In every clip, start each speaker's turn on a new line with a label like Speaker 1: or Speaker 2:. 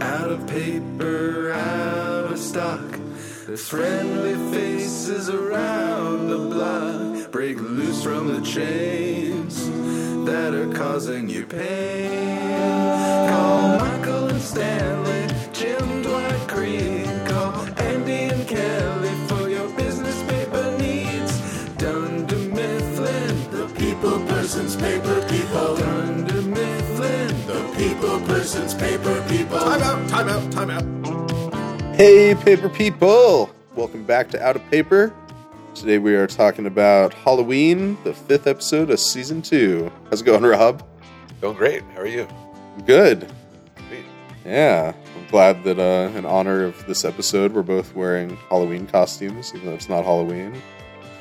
Speaker 1: out of paper, out of stock. There's friendly faces around the block. Break loose from the chains that are causing you pain. Call Michael and Stanley, Jim Dwight Creek. Call Andy and Kelly for your business paper needs. Dunder Mifflin, the people person's paper people. Dunder Mifflin, the people person's paper people.
Speaker 2: Time out, time out, time out.
Speaker 3: Hey, paper people! Welcome back to Out of Paper. Today we are talking about Halloween, the fifth episode of season two. How's it going, Rob?
Speaker 2: Going great. How are you?
Speaker 3: Good.
Speaker 2: Sweet.
Speaker 3: Yeah, I'm glad that uh, in honor of this episode, we're both wearing Halloween costumes, even though it's not Halloween.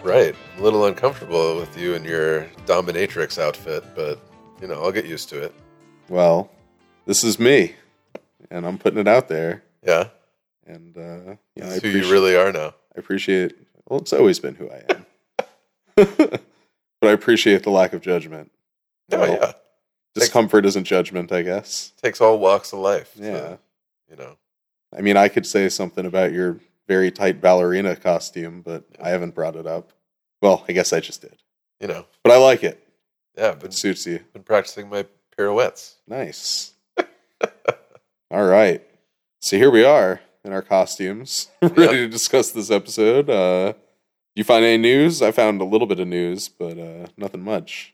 Speaker 2: Right. A little uncomfortable with you and your dominatrix outfit, but you know, I'll get used to it.
Speaker 3: Well, this is me, and I'm putting it out there.
Speaker 2: Yeah.
Speaker 3: And uh, yeah, I,
Speaker 2: It's who
Speaker 3: appreciate,
Speaker 2: you really are now.
Speaker 3: I appreciate. Well, it's always been who I am, but I appreciate the lack of judgment.
Speaker 2: No,
Speaker 3: Well,
Speaker 2: yeah.
Speaker 3: discomfort isn't judgment, I guess.
Speaker 2: Takes all walks of life. to,
Speaker 3: Yeah.
Speaker 2: you know.
Speaker 3: I mean, I could say something about your very tight ballerina costume, but I haven't brought it up. Well, I guess I just did.
Speaker 2: You know.
Speaker 3: But I like it.
Speaker 2: Yeah, been
Speaker 3: It suits you.
Speaker 2: been practicing my pirouettes.
Speaker 3: Nice. All right. So here we are in our costumes, ready to discuss this episode. Uh, you find any news? I found a little bit of news, but uh, nothing much.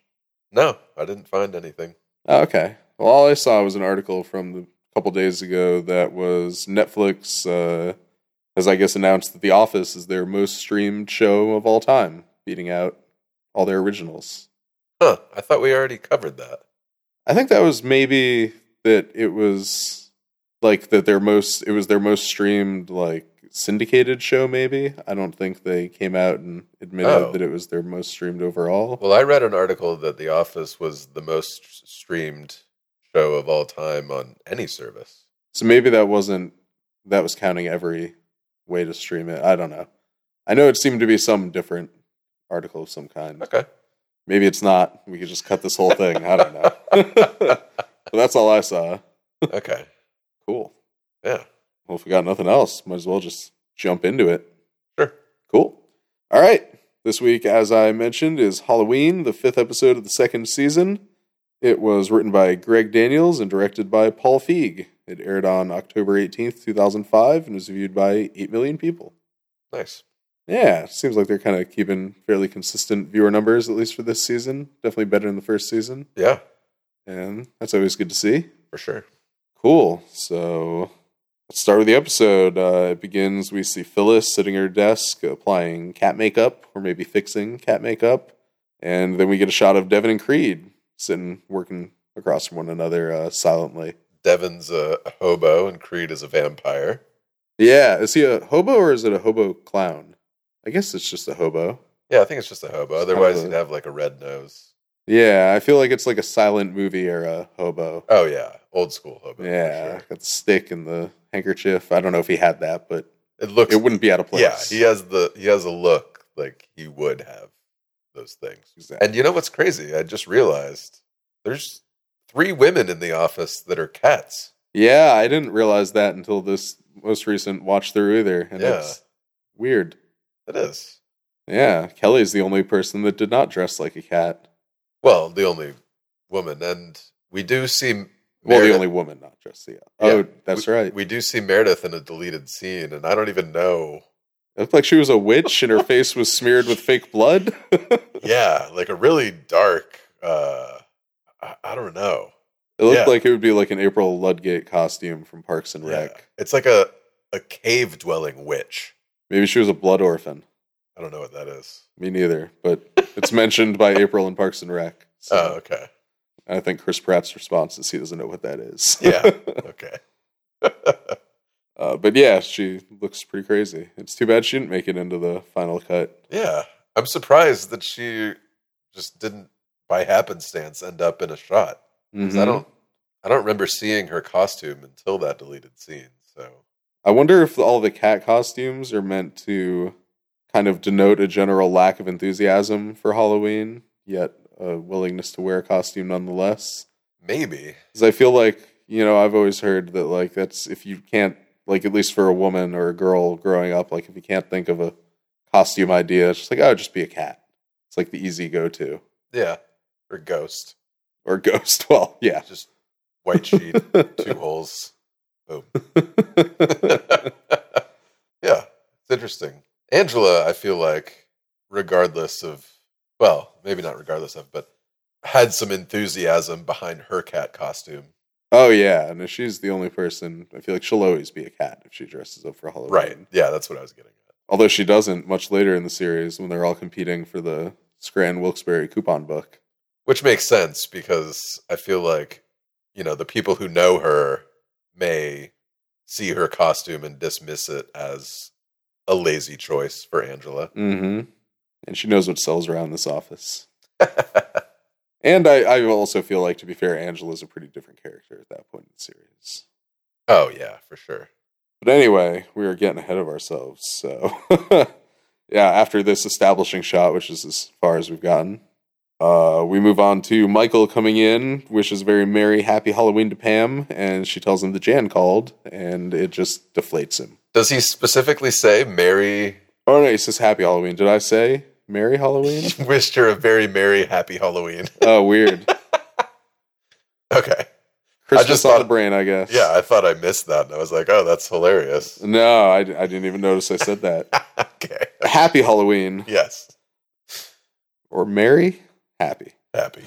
Speaker 2: No, I didn't find anything.
Speaker 3: Oh, okay. Well, all I saw was an article from the couple days ago that was Netflix uh, has, I guess, announced that The Office is their most streamed show of all time, beating out all their originals.
Speaker 2: Huh. I thought we already covered that.
Speaker 3: I think that was maybe that it was like that their most it was their most streamed like syndicated show maybe i don't think they came out and admitted
Speaker 2: Oh.
Speaker 3: that it was their most streamed overall
Speaker 2: Well, I read an article that The Office was the most streamed show of all time on any service.
Speaker 3: So maybe that wasn't that was counting every way to stream it. I don't know. I know it seemed to be some different article of some kind.
Speaker 2: Okay.
Speaker 3: Maybe it's not. We could just cut this whole thing. I don't know. but that's all I saw.
Speaker 2: Okay.
Speaker 3: Cool.
Speaker 2: Yeah.
Speaker 3: Well, if we got nothing else, might as well just jump into it.
Speaker 2: Sure.
Speaker 3: Cool. All right. This week, as I mentioned, is Halloween, the fifth episode of the second season. It was written by Greg Daniels and directed by Paul Feig. It aired on October 18th, 2005, and was viewed by 8 million people.
Speaker 2: Nice.
Speaker 3: Yeah, seems like they're kind of keeping fairly consistent viewer numbers, at least for this season. Definitely better than the first season,
Speaker 2: Yeah,
Speaker 3: and that's always good to see.
Speaker 2: for sure.
Speaker 3: Cool. So let's start with the episode. Uh, it begins. We see Phyllis sitting at her desk applying cat makeup, or maybe fixing cat makeup, and then we get a shot of Devin and Creed sitting working across from one another uh, silently.
Speaker 2: Devin's a a hobo and Creed is a vampire.
Speaker 3: Yeah, is he a hobo or is it a hobo clown? I guess it's just a hobo.
Speaker 2: Yeah, I think it's just a hobo.
Speaker 3: It's kind
Speaker 2: Otherwise,
Speaker 3: of a-
Speaker 2: he'd have like a red nose.
Speaker 3: Yeah, I feel like it's like a silent movie era hobo.
Speaker 2: Oh yeah, old school hobo. for
Speaker 3: Yeah,
Speaker 2: sure.
Speaker 3: got the stick and the handkerchief. I don't know if he had that, but
Speaker 2: it looks.
Speaker 3: it wouldn't be out of place.
Speaker 2: yeah, he has the he has a look like he would have those things.
Speaker 3: Exactly.
Speaker 2: And you know what's crazy? I just realized there's three women in the office that are cats.
Speaker 3: Yeah, I didn't realize that until this most recent watch through either. And
Speaker 2: Yeah.
Speaker 3: it's weird.
Speaker 2: It is
Speaker 3: Yeah, Kelly's the only person that did not dress like a cat.
Speaker 2: well the only woman, and we do see well
Speaker 3: Well, the only woman not dressed. Yeah. Oh,
Speaker 2: Yeah,
Speaker 3: that's right.
Speaker 2: we do see Meredith in a deleted scene, and I don't even know
Speaker 3: It looked like she was a witch and her face was smeared with fake blood. it
Speaker 2: yeah, like a really dark. Uh, I, I don't know.
Speaker 3: looked
Speaker 2: Yeah.
Speaker 3: like it would be like an April Ludgate costume from Parks and Rec.
Speaker 2: Yeah. It's like a a cave dwelling witch.
Speaker 3: Maybe she was a blood orphan.
Speaker 2: I don't know what that is.
Speaker 3: Me neither, but it's mentioned by April in Parks and Rec. So
Speaker 2: Oh, okay,
Speaker 3: I think Chris Pratt's response is he doesn't know what that is.
Speaker 2: Yeah. okay.
Speaker 3: Uh, but yeah, she looks pretty crazy. It's too bad she didn't make it into the final cut.
Speaker 2: yeah, I'm surprised that she just didn't by happenstance end up in a shot. 'Cause I
Speaker 3: Mhm.
Speaker 2: don't, I don't remember seeing her costume until that deleted scene. So
Speaker 3: I wonder if all the cat costumes are meant to kind of denote a general lack of enthusiasm for Halloween, yet a willingness to wear a costume nonetheless.
Speaker 2: maybe,
Speaker 3: Because I feel like you know, I've always heard that like that's if you can't like at least for a woman or a girl growing up, like if you can't think of a costume idea, it's just like oh, just be a cat. It's like the easy go-to
Speaker 2: Yeah. Or ghost.
Speaker 3: or ghost. Well, yeah.
Speaker 2: Just white sheet, two holes. Boom. yeah, it's interesting. Angela, I feel like, regardless of, well, maybe not regardless of, but had some enthusiasm behind her cat costume.
Speaker 3: oh yeah, no, she's the only person. I feel like she'll always be a cat if she dresses up for Halloween.
Speaker 2: Right. Yeah, that's what I was getting at.
Speaker 3: Although she doesn't much later in the series when they're all competing for the Scran Wilkes-Barre coupon book.
Speaker 2: Which makes sense because I feel like, you know, the people who know her may see her costume and dismiss it as a lazy choice for Angela.
Speaker 3: Mm-hmm. And she knows what sells around this office. And I, I also feel like, to be fair, Angela's a pretty different character at that point in the series.
Speaker 2: oh, yeah, for sure.
Speaker 3: But anyway, we are getting ahead of ourselves. So, yeah, after this establishing shot, which is as far as we've gotten, uh, we move on to Michael coming in, wishes a very merry, happy Halloween to Pam, and she tells him that Jan called, and it just deflates him.
Speaker 2: Does he specifically say, Mary
Speaker 3: Oh no, he says happy Halloween. Did I say merry Halloween?
Speaker 2: wished her a very merry, happy Halloween?
Speaker 3: oh, weird.
Speaker 2: Okay.
Speaker 3: Christmas
Speaker 2: just
Speaker 3: on the
Speaker 2: thought-
Speaker 3: brain, I guess.
Speaker 2: Yeah, I thought I missed that. And I was like, oh, that's hilarious.
Speaker 3: No, I, I didn't even notice I said that.
Speaker 2: okay.
Speaker 3: happy Halloween.
Speaker 2: Yes.
Speaker 3: or Mary happy.
Speaker 2: Happy.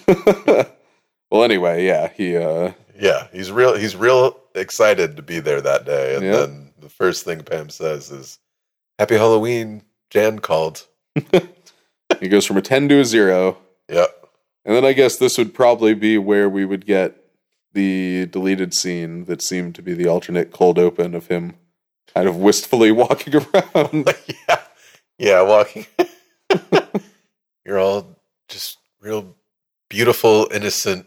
Speaker 3: well, anyway, yeah, he uh
Speaker 2: Yeah. He's real he's real excited to be there that day. And
Speaker 3: Yeah.
Speaker 2: then the first thing Pam says is, Happy Halloween. Jan called.
Speaker 3: he goes from a 10 to a 0.
Speaker 2: Yep.
Speaker 3: And then I guess this would probably be where we would get the deleted scene that seemed to be the alternate cold open of him kind of wistfully walking around.
Speaker 2: yeah. Yeah, walking. You're all just real beautiful, innocent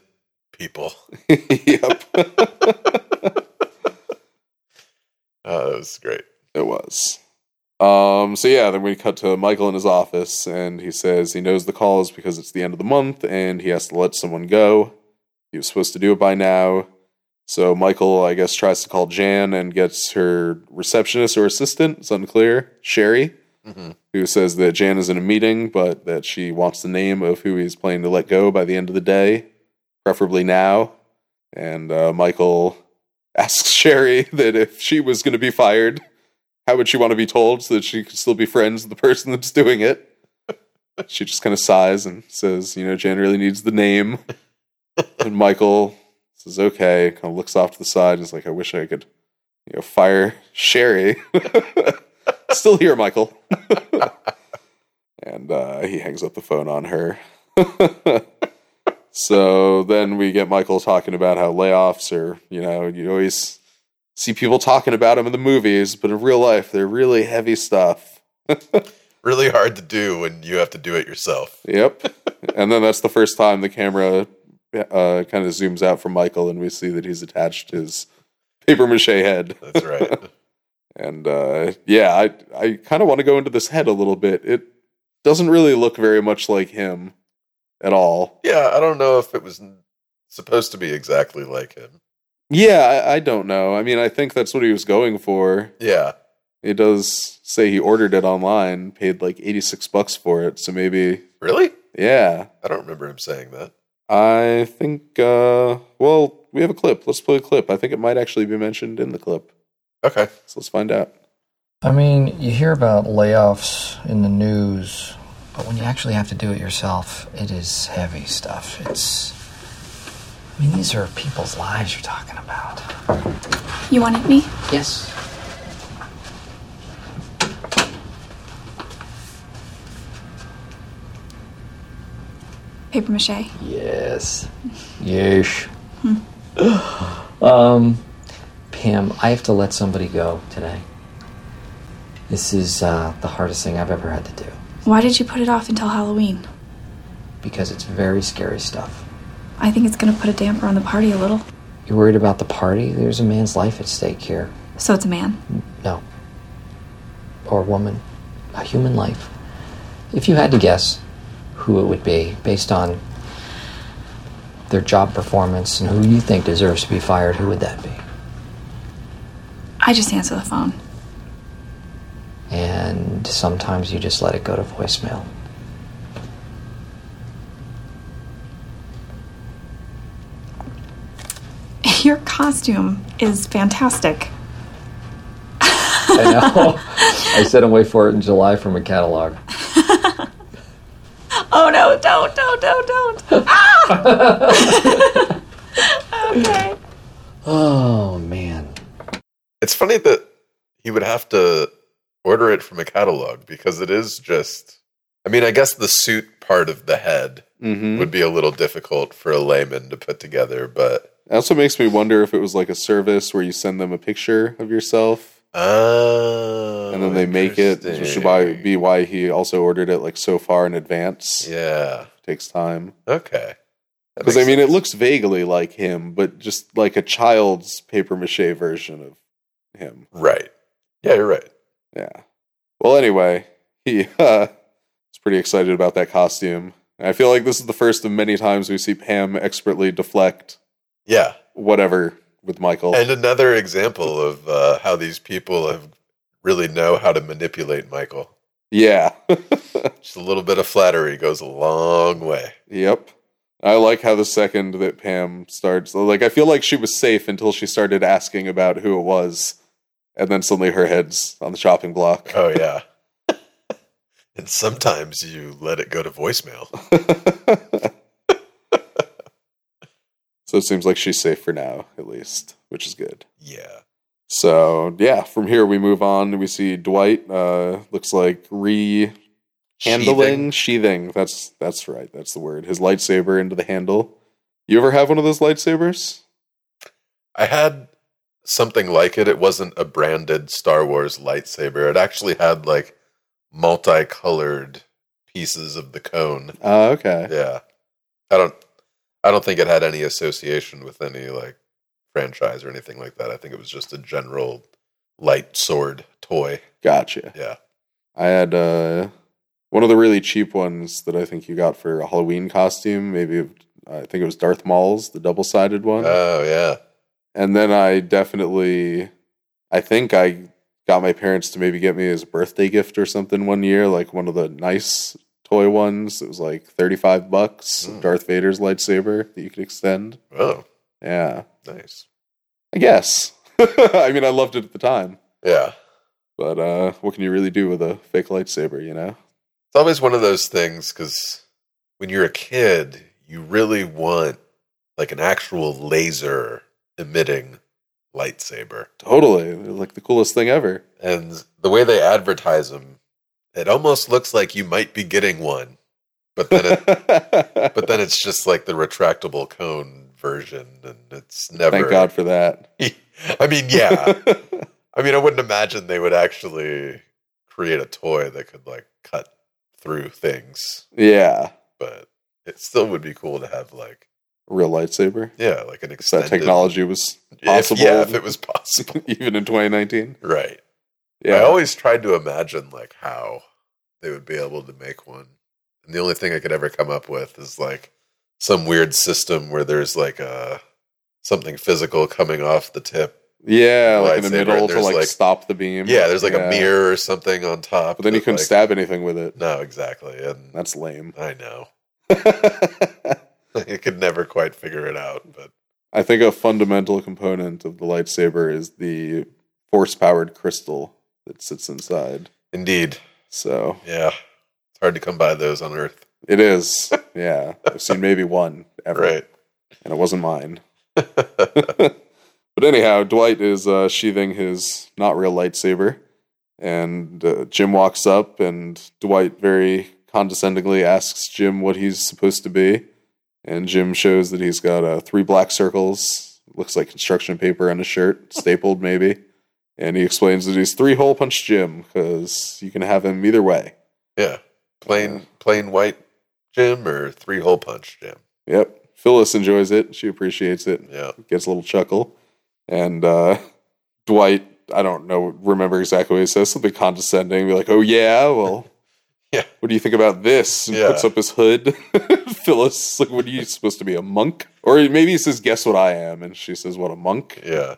Speaker 2: people.
Speaker 3: yep.
Speaker 2: Oh, that was great.
Speaker 3: It was. Um, so yeah, then we cut to Michael in his office, and he says he knows the call is because it's the end of the month, and he has to let someone go. He was supposed to do it by now. So Michael, I guess, tries to call Jan and gets her receptionist or assistant, it's unclear, Sherry,
Speaker 2: Mhm.
Speaker 3: who says that Jan is in a meeting, but that she wants the name of who he's planning to let go by the end of the day, preferably now. And uh, Michael asks Sherry that if she was going to be fired, how would she want to be told so that she could still be friends with the person that's doing it? She just kind of sighs and says, you know, Jan really needs the name. and Michael says, okay, kind of looks off to the side and is like, I wish I could, you know, fire Sherry. still here, Michael. and uh, he hangs up the phone on her. so then we get Michael talking about how layoffs are, you know, you always see people talking about them in the movies, but in real life, they're really heavy stuff.
Speaker 2: Really hard to do when you have to do it yourself.
Speaker 3: Yep. and then that's the first time the camera uh, kind of zooms out from Michael, and we see that he's attached his paper mache head.
Speaker 2: That's right.
Speaker 3: And uh, yeah, I I kind of want to go into this head a little bit. It doesn't really look very much like him at all.
Speaker 2: Yeah, I don't know if it was n- supposed to be exactly like him.
Speaker 3: Yeah, I, I don't know. I mean, I think that's what he was going for.
Speaker 2: Yeah,
Speaker 3: It does say he ordered it online, paid like eighty six bucks for it. So maybe,
Speaker 2: really?
Speaker 3: yeah.
Speaker 2: I don't remember him saying that.
Speaker 3: I think. Uh, well, we have a clip. Let's play a clip. I think it might actually be mentioned in the clip.
Speaker 2: Okay.
Speaker 3: So let's find out.
Speaker 4: I mean, you hear about layoffs in the news, but when you actually have to do it yourself, it is heavy stuff. It's. I mean, these are people's lives you're talking about.
Speaker 5: You wanted me?
Speaker 4: Yes.
Speaker 5: Paper mache.
Speaker 4: Yes. Yes. um, Pam, I have to let somebody go today. This is uh, the hardest thing I've ever had to do
Speaker 5: Why did you put it off until Halloween?
Speaker 4: because it's very scary stuff.
Speaker 5: I think it's gonna put a damper on the party a little.
Speaker 4: You're worried about the party? There's a man's life at stake here.
Speaker 5: So it's a man.
Speaker 4: No. Or woman. A human life. If you had to guess who it would be based on their job performance, and who you think deserves to be fired, who would that be?
Speaker 5: I just answer the phone.
Speaker 4: And sometimes you just let it go to voicemail.
Speaker 5: Your costume is fantastic.
Speaker 4: I know. I said I'm wait for it in July from a catalog.
Speaker 5: Oh no, don't, don't, don't, don't. Ah! okay.
Speaker 4: Oh man.
Speaker 2: It's funny that he would have to order it from a catalog because it is just. I mean, I guess the suit part of the head
Speaker 3: Mm-hmm.
Speaker 2: would be a little difficult for a layman to put together, but
Speaker 3: It also makes me wonder if it was like a service where you send them a picture of yourself
Speaker 2: oh,
Speaker 3: and then they make it, which
Speaker 2: interesting.
Speaker 3: should why- be why he also ordered it like so far in advance.
Speaker 2: Yeah.
Speaker 3: takes time.
Speaker 2: Okay. That
Speaker 3: Because I
Speaker 2: makes
Speaker 3: mean, it
Speaker 2: sense.
Speaker 3: looks vaguely like him, but just like a child's paper mache version of him.
Speaker 2: right. Yeah, you're right.
Speaker 3: Yeah. Well, anyway, he uh, was pretty excited about that costume. I feel like this is the first of many times we see Pam expertly deflect
Speaker 2: Yeah.
Speaker 3: whatever with Michael.
Speaker 2: And another example of uh, how these people have really know how to manipulate Michael.
Speaker 3: yeah.
Speaker 2: Just a little bit of flattery goes a long way.
Speaker 3: Yep. I like how the second that Pam starts, like, I feel like she was safe until she started asking about who it was. And then suddenly her head's on the chopping block.
Speaker 2: Oh yeah. and sometimes you let it go to voicemail.
Speaker 3: so it seems like she's safe for now, at least, which is good.
Speaker 2: Yeah.
Speaker 3: So, yeah, from here we move on. We see Dwight, uh, looks like re handling sheathing. That's that's right. That's the word. His lightsaber into the handle. You ever have one of those lightsabers?
Speaker 2: I had something like it. It wasn't a branded Star Wars lightsaber. It actually had like multicolored pieces of the cone.
Speaker 3: Uh, okay.
Speaker 2: Yeah. I don't I don't think it had any association with any like franchise or anything like that. I think it was just a general light sword toy.
Speaker 3: Gotcha.
Speaker 2: Yeah.
Speaker 3: I had uh, one of the really cheap ones that I think you got for a Halloween costume. Maybe I think it was Darth Maul's, the double sided one.
Speaker 2: Oh yeah.
Speaker 3: and then I definitely, I think I got my parents to maybe get me as a birthday gift or something one year, like one of the nice toy ones. It was like thirty five bucks.
Speaker 2: Mm.
Speaker 3: Darth Vader's lightsaber that you could extend.
Speaker 2: Oh,
Speaker 3: Yeah,
Speaker 2: nice.
Speaker 3: I guess. I mean, I loved it at the time,
Speaker 2: Yeah.
Speaker 3: but uh, what can you really do with a fake lightsaber? You know?
Speaker 2: It's always one of those things because when you're a kid, you really want like an actual laser emitting lightsaber.
Speaker 3: Totally, They're, like the coolest thing ever.
Speaker 2: And the way they advertise them, it almost looks like you might be getting one, but then it, but then it's just like the retractable cone version, and it's never.
Speaker 3: Thank God for that.
Speaker 2: I mean, yeah. I mean, I wouldn't imagine they would actually create a toy that could like cut through things,
Speaker 3: yeah,
Speaker 2: but it still would be cool to have like
Speaker 3: real lightsaber.
Speaker 2: yeah, like an
Speaker 3: If that
Speaker 2: extended
Speaker 3: technology was
Speaker 2: if-
Speaker 3: possible,
Speaker 2: yeah, if it was possible,
Speaker 3: even in 2019.
Speaker 2: right?
Speaker 3: Yeah,
Speaker 2: I always tried to imagine like how they would be able to make one. And the only thing I could ever come up with is like some weird system where there's like a something physical coming off the tip.
Speaker 3: yeah, like in the
Speaker 2: lightsaber,
Speaker 3: middle to
Speaker 2: there's,
Speaker 3: like,
Speaker 2: like-
Speaker 3: stop the beam.
Speaker 2: Yeah, there's like
Speaker 3: Yeah.
Speaker 2: a mirror or something on top.
Speaker 3: but then you
Speaker 2: that,
Speaker 3: couldn't
Speaker 2: like-
Speaker 3: stab anything with it.
Speaker 2: No, exactly. And
Speaker 3: That's lame.
Speaker 2: I know.
Speaker 3: I
Speaker 2: I could never quite figure it out, but
Speaker 3: think a fundamental component of the lightsaber is the force-powered crystal that sits inside.
Speaker 2: indeed,
Speaker 3: So
Speaker 2: yeah, it's hard to come by those on Earth,
Speaker 3: it is. Yeah, I've seen maybe one ever,
Speaker 2: right?
Speaker 3: and it wasn't mine. But anyhow, Dwight is uh, sheathing his not real lightsaber, and uh, Jim walks up, and Dwight very condescendingly asks Jim what he's supposed to be, and Jim shows that he's got uh, three black circles, looks like construction paper on his shirt, stapled maybe, and he explains that he's three hole punch Jim because you can have him either way.
Speaker 2: yeah, plain plain white Jim or three hole punch Jim.
Speaker 3: Yep, Phyllis enjoys it; she appreciates it.
Speaker 2: Yeah.
Speaker 3: gets a little chuckle. And uh, Dwight, I don't know, remember exactly what he says, something condescending, be like, oh, yeah, well,
Speaker 2: Yeah.
Speaker 3: What do you think about this? And
Speaker 2: Yeah.
Speaker 3: puts up his hood. Phyllis, like, what are you supposed to be, a monk? Or maybe he says, guess what I am? And she says, what, a monk?
Speaker 2: Yeah.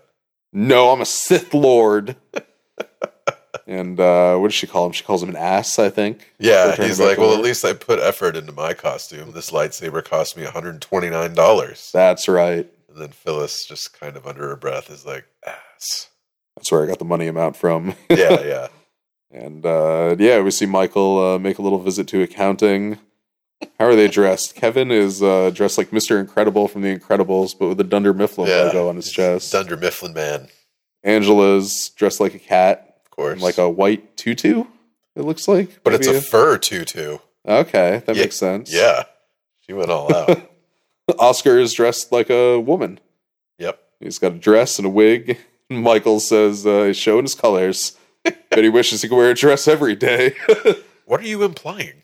Speaker 3: No, I'm a Sith Lord. and uh, what does she call him? She calls him an ass, I think.
Speaker 2: Yeah.
Speaker 3: For turning
Speaker 2: He's
Speaker 3: back
Speaker 2: like, well,
Speaker 3: over.
Speaker 2: at least I put effort into my costume. This lightsaber cost me $129.
Speaker 3: That's right.
Speaker 2: And then Phyllis, just kind of under her breath, is like, ass.
Speaker 3: That's where I got the money amount from.
Speaker 2: Yeah. Yeah.
Speaker 3: And uh, yeah, we see Michael uh, make a little visit to accounting. How are they dressed? Kevin is uh, dressed like Mr. Incredible from The Incredibles, but with a Dunder Mifflin
Speaker 2: yeah.
Speaker 3: logo on his chest.
Speaker 2: Dunder Mifflin Man,
Speaker 3: Angela's dressed like a cat,
Speaker 2: of course.
Speaker 3: in like a white tutu. It looks like,
Speaker 2: but it's
Speaker 3: Maybe
Speaker 2: a fur tutu.
Speaker 3: okay. That
Speaker 2: Yeah,
Speaker 3: makes sense.
Speaker 2: Yeah. She went all out.
Speaker 3: Oscar is dressed like a woman.
Speaker 2: yep.
Speaker 3: He's got a dress and a wig. Michael says uh, he's showing his colors, but he wishes he could wear a dress every day.
Speaker 2: What are you implying?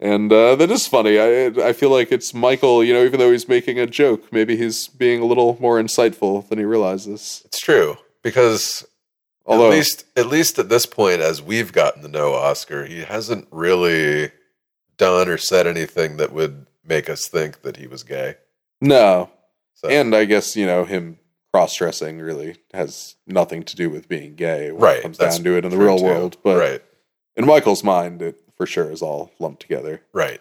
Speaker 3: And uh, that is funny. I I feel like it's Michael. You know, even though he's making a joke, maybe he's being a little more insightful than he realizes.
Speaker 2: It's true because
Speaker 3: Although,
Speaker 2: at least at least at this point, as we've gotten to know Oscar, he hasn't really done or said anything that would make us think that he was gay.
Speaker 3: no.
Speaker 2: So,
Speaker 3: And I guess you know him cross-dressing really has nothing to do with being gay. When
Speaker 2: Right,
Speaker 3: it comes
Speaker 2: that's
Speaker 3: down to it in the
Speaker 2: true,
Speaker 3: real
Speaker 2: too.
Speaker 3: world, but
Speaker 2: right,
Speaker 3: in Michael's mind, it for sure is all lumped together.
Speaker 2: right,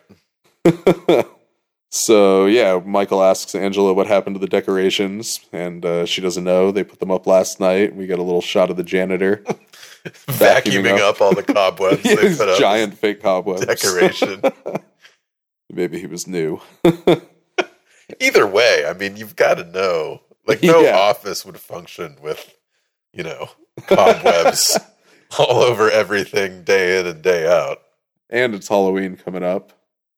Speaker 3: so yeah, Michael asks Angela what happened to the decorations, and uh, she doesn't know. They put them up last night. We got a little shot of the janitor. Vacuuming
Speaker 2: vacuuming up. all the cobwebs they
Speaker 3: His
Speaker 2: put up.
Speaker 3: giant fake cobwebs.
Speaker 2: decoration.
Speaker 3: Maybe he was new.
Speaker 2: Either way, I mean, you've got to know. Like, no
Speaker 3: Yeah.
Speaker 2: office would function with, you know, cobwebs all over everything, day in and day out.
Speaker 3: and it's Halloween coming up.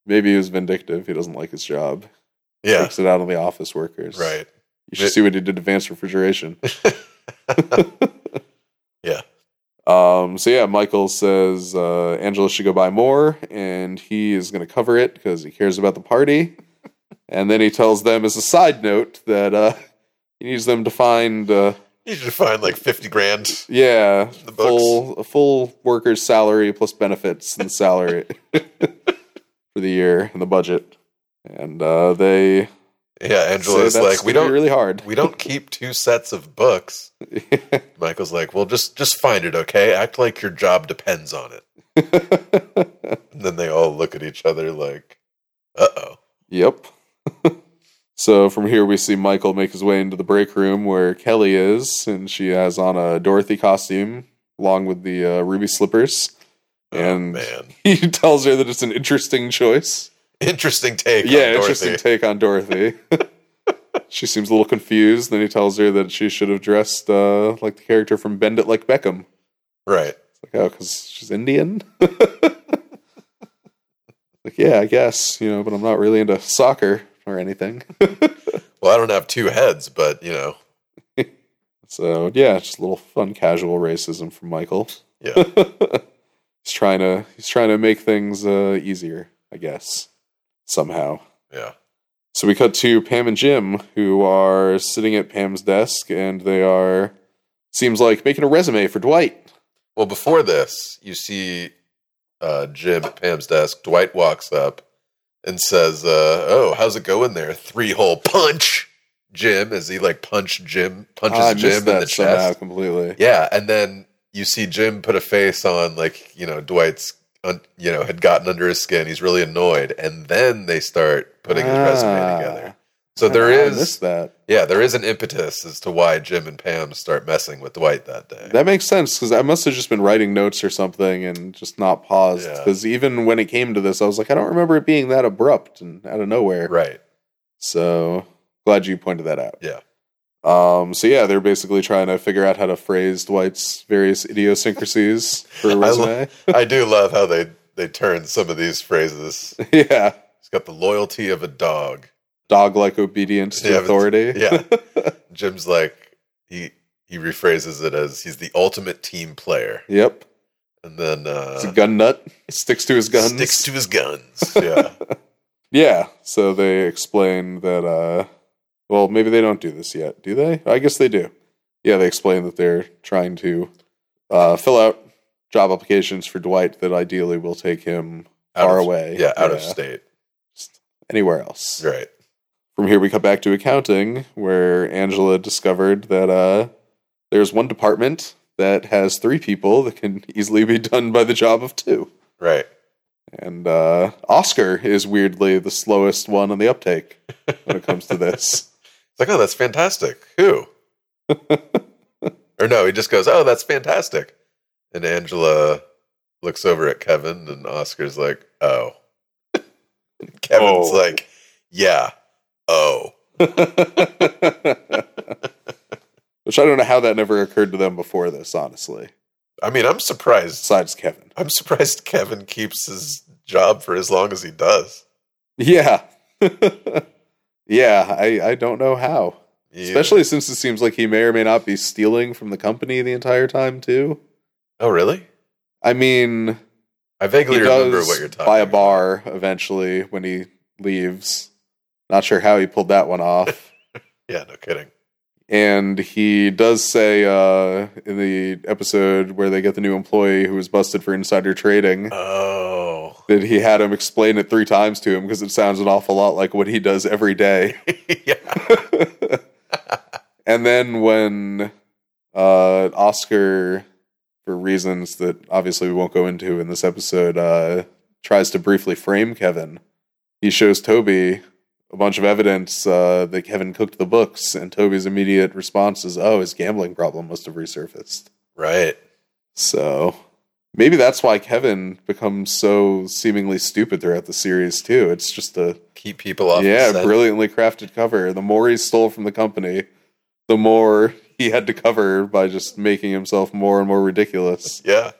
Speaker 3: Maybe he was vindictive. He doesn't like his job.
Speaker 2: Yeah,
Speaker 3: Takes it out on the office workers.
Speaker 2: right.
Speaker 3: You should see what he did to Vance Refrigeration.
Speaker 2: Yeah.
Speaker 3: Um, so yeah, Michael says uh, Angela should go buy more, and he is going to cover it because he cares about the party. and then he tells them, as a side note, that uh, he needs them to find, uh,
Speaker 2: You should find like 50 grand.
Speaker 3: yeah,
Speaker 2: The books.
Speaker 3: full a full worker's salary plus benefits and salary for the year and the budget. And uh, they
Speaker 2: Yeah, Angela's
Speaker 3: say that's
Speaker 2: like, we
Speaker 3: gonna be
Speaker 2: don't
Speaker 3: really hard.
Speaker 2: we don't keep two sets of books. Michael's like, well, just just find it, okay? Act like your job depends on it. And then they all look at each other like, uh oh.
Speaker 3: Yep. so from here, we see Michael make his way into the break room where Kelly is, and she has on a Dorothy costume along with the uh, ruby slippers. And
Speaker 2: Oh, man,
Speaker 3: he tells her that it's an interesting choice.
Speaker 2: interesting take.
Speaker 3: yeah,
Speaker 2: on Dorothy.
Speaker 3: interesting take on Dorothy. she seems a little confused. Then he tells her that she should have dressed uh, like the character from Bend It Like Beckham.
Speaker 2: Right.
Speaker 3: Like, oh, because she's Indian? like, yeah, I guess, you know, but I'm not really into soccer or anything.
Speaker 2: Well, I don't have two heads, but you know,
Speaker 3: So yeah, just a little fun casual racism from Michael.
Speaker 2: yeah,
Speaker 3: He's trying to he's trying to make things uh, easier, I guess, somehow.
Speaker 2: yeah.
Speaker 3: So we cut to Pam and Jim, who are sitting at Pam's desk, and they are seems like making a resume for Dwight.
Speaker 2: Well, before this, you see uh, Jim at Pam's desk. Dwight walks up and says, uh, "Oh, how's it going there? Three hole punch, Jim." As he like punch Jim, punches
Speaker 3: I
Speaker 2: Jim
Speaker 3: missed
Speaker 2: in the
Speaker 3: that somehow
Speaker 2: chest.
Speaker 3: completely.
Speaker 2: Yeah, and then you see Jim put a face on, like you know Dwight's, un- you know, had gotten under his skin. He's really annoyed, and then they start putting his resume
Speaker 3: Ah.
Speaker 2: together. So there is,
Speaker 3: I missed that.
Speaker 2: yeah, there is an impetus as to why Jim and Pam start messing with Dwight that day.
Speaker 3: That makes sense because I must have just been writing notes or something and just not paused.
Speaker 2: Yeah.
Speaker 3: Because even when it came to this, I was like, I don't remember it being that abrupt and out of nowhere.
Speaker 2: right?
Speaker 3: So glad you pointed that out.
Speaker 2: Yeah.
Speaker 3: Um, so yeah, they're basically trying to figure out how to phrase Dwight's various idiosyncrasies for a
Speaker 2: I lo-
Speaker 3: resume.
Speaker 2: I do love how they they turn some of these phrases.
Speaker 3: yeah.
Speaker 2: He's got the loyalty of a dog.
Speaker 3: Dog like obedience to
Speaker 2: Yeah, but-
Speaker 3: authority.
Speaker 2: Yeah. Jim's like he he rephrases it as he's the ultimate team player.
Speaker 3: Yep.
Speaker 2: And then uh
Speaker 3: It's a gun nut. Sticks to his guns.
Speaker 2: sticks to his guns. Yeah.
Speaker 3: yeah. So they explain that uh well, maybe they don't do this yet, do they? I guess they do. Yeah, they explain that they're trying to uh, fill out job applications for Dwight that ideally will take him
Speaker 2: Out
Speaker 3: far
Speaker 2: of-
Speaker 3: away.
Speaker 2: Yeah, out of state.
Speaker 3: Anywhere else.
Speaker 2: Right.
Speaker 3: From here, we cut back to accounting, where Angela discovered that uh, there's one department that has three people that can easily be done by the job of two.
Speaker 2: Right.
Speaker 3: And uh, Oscar is weirdly the slowest one on the uptake when it comes to this.
Speaker 2: It's like, oh, that's fantastic. Who? or no, he just goes, oh, that's fantastic. And Angela looks over at Kevin, and Oscar's like, oh. And Kevin's
Speaker 3: Oh.
Speaker 2: like, yeah, oh.
Speaker 3: Which I don't know how that never occurred to them before this, honestly.
Speaker 2: I mean, I'm surprised.
Speaker 3: Besides Kevin.
Speaker 2: I'm surprised Kevin keeps his job for as long as he does.
Speaker 3: Yeah. yeah, I, I don't know how.
Speaker 2: He-
Speaker 3: Especially since it seems like he may or may not be stealing from the company the entire time, too.
Speaker 2: Oh, really?
Speaker 3: I mean,
Speaker 2: I vaguely
Speaker 3: he
Speaker 2: remember
Speaker 3: does
Speaker 2: what you're talking
Speaker 3: buy a
Speaker 2: about.
Speaker 3: bar eventually when he leaves. Not sure how he pulled that one off.
Speaker 2: Yeah, no kidding.
Speaker 3: And he does say uh, in the episode where they get the new employee who was busted for insider trading
Speaker 2: Oh.
Speaker 3: that he had him explain it three times to him because it sounds an awful lot like what he does every day.
Speaker 2: yeah.
Speaker 3: and then when uh, Oscar, for reasons that obviously we won't go into in this episode, uh, tries to briefly frame Kevin, he shows Toby a bunch of evidence uh, that Kevin cooked the books, and Toby's immediate response is, "Oh, his gambling problem must have resurfaced."
Speaker 2: Right.
Speaker 3: So maybe that's why Kevin becomes so seemingly stupid throughout the series too. It's just a
Speaker 2: Keep people off. the
Speaker 3: yeah,
Speaker 2: set.
Speaker 3: brilliantly crafted cover. The more he stole from the company, the more he had to cover by just making himself more and more ridiculous
Speaker 2: Yeah.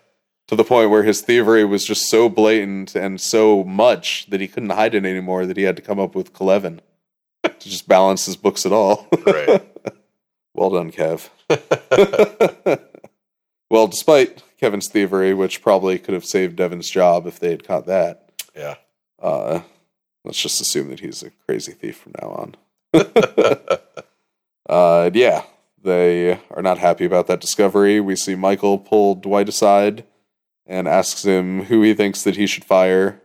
Speaker 3: to the point where his thievery was just so blatant and so much that he couldn't hide it anymore that he had to come up with Clevin to just balance his books at all.
Speaker 2: Right.
Speaker 3: Well done, Kev. well, despite Kevin's thievery, which probably could have saved Devin's job if they had caught that,
Speaker 2: yeah.
Speaker 3: uh, let's just assume that he's a crazy thief from now on. uh, yeah, they are not happy about that discovery. We see Michael pull Dwight aside and asks him who he thinks that he should fire.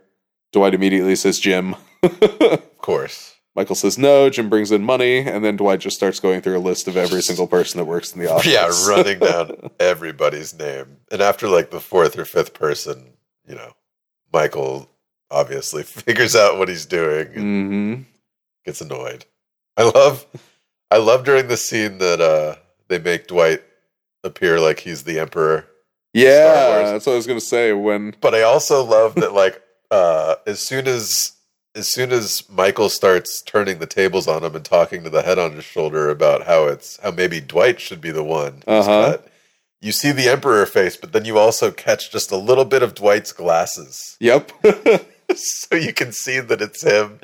Speaker 3: Dwight immediately says Jim.
Speaker 2: Of course.
Speaker 3: Michael says no. Jim brings in money, and then Dwight just starts going through a list of every single person that works in the office.
Speaker 2: Yeah, running down everybody's name. And after like the fourth or fifth person, you know, Michael obviously figures out what he's doing and
Speaker 3: Mm-hmm.
Speaker 2: gets annoyed. I love I love during the scene that uh they make Dwight appear like he's the emperor. Star
Speaker 3: Yeah,
Speaker 2: Wars.
Speaker 3: that's what I was gonna say. When
Speaker 2: But I also love that like uh as soon as as soon as Michael starts turning the tables on him and talking to the head on his shoulder about how it's how maybe Dwight should be the one who's
Speaker 3: Uh-huh.
Speaker 2: cut, you see the emperor face, but then you also catch just a little bit of Dwight's glasses.
Speaker 3: yep,
Speaker 2: so you can see that it's him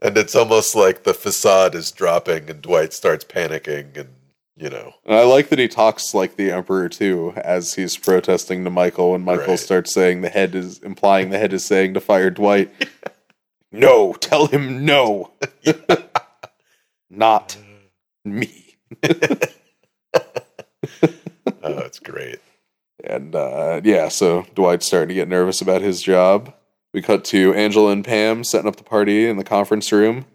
Speaker 2: and it's almost like the facade is dropping and dwight starts panicking and you know
Speaker 3: And I like that he talks like the emperor too, as he's protesting to Michael. When Michael
Speaker 2: Right.
Speaker 3: starts saying the head is implying the head is saying to fire Dwight. no, tell him no. Not
Speaker 2: Mm.
Speaker 3: me.
Speaker 2: oh it's great
Speaker 3: And uh, yeah, so Dwight's starting to get nervous about his job. We cut to Angela and Pam setting up the party in the conference room.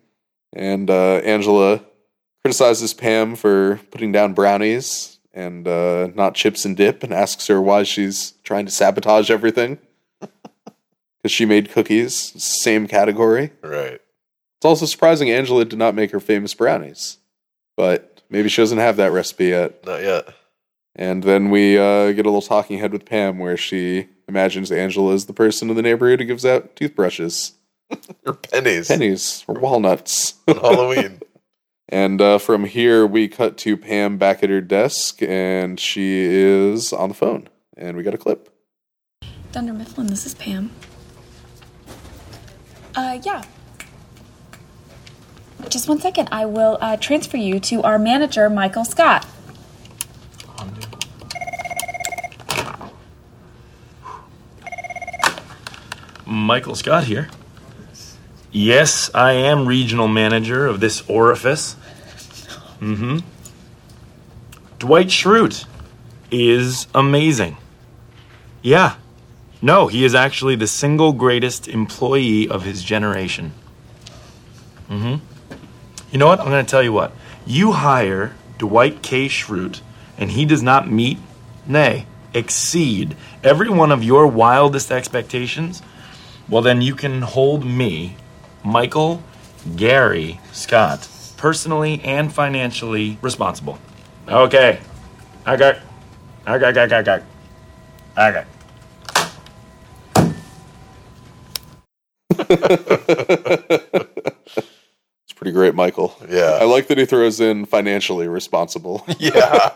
Speaker 3: And uh, Angela criticizes Pam for putting down brownies and uh, not chips and dip and asks her why she's trying to sabotage everything. Because she made cookies, same category.
Speaker 2: right
Speaker 3: It's also surprising Angela did not make her famous brownies. But maybe she doesn't have that recipe yet.
Speaker 2: not yet
Speaker 3: And then we uh, get a little talking head with Pam where she imagines Angela is the person in the neighborhood who gives out toothbrushes,
Speaker 2: or pennies,
Speaker 3: pennies, or walnuts.
Speaker 2: on halloween
Speaker 3: and uh, from here, we cut to Pam back at her desk and she is on the phone. And we got a clip.
Speaker 5: Dunder Mifflin, this is Pam. Uh, yeah. Just one second. I will uh, transfer you to our manager, Michael Scott.
Speaker 6: Michael Scott here. Yes, I am regional manager of this orifice. Mm-hmm. Dwight Schrute is amazing. Yeah. No, he is actually the single greatest employee of his generation. Mm-hmm. You know what? I'm going to tell you what. You hire Dwight K. Schrute, and he does not meet, nay, exceed every one of your wildest expectations. Well, then you can hold me, Michael Gary Scott, personally and financially responsible. Okay. Okay. Okay. Okay. Okay. Okay. okay.
Speaker 3: It's pretty great, Michael.
Speaker 2: Yeah.
Speaker 3: I like that he throws in financially responsible.
Speaker 2: Yeah.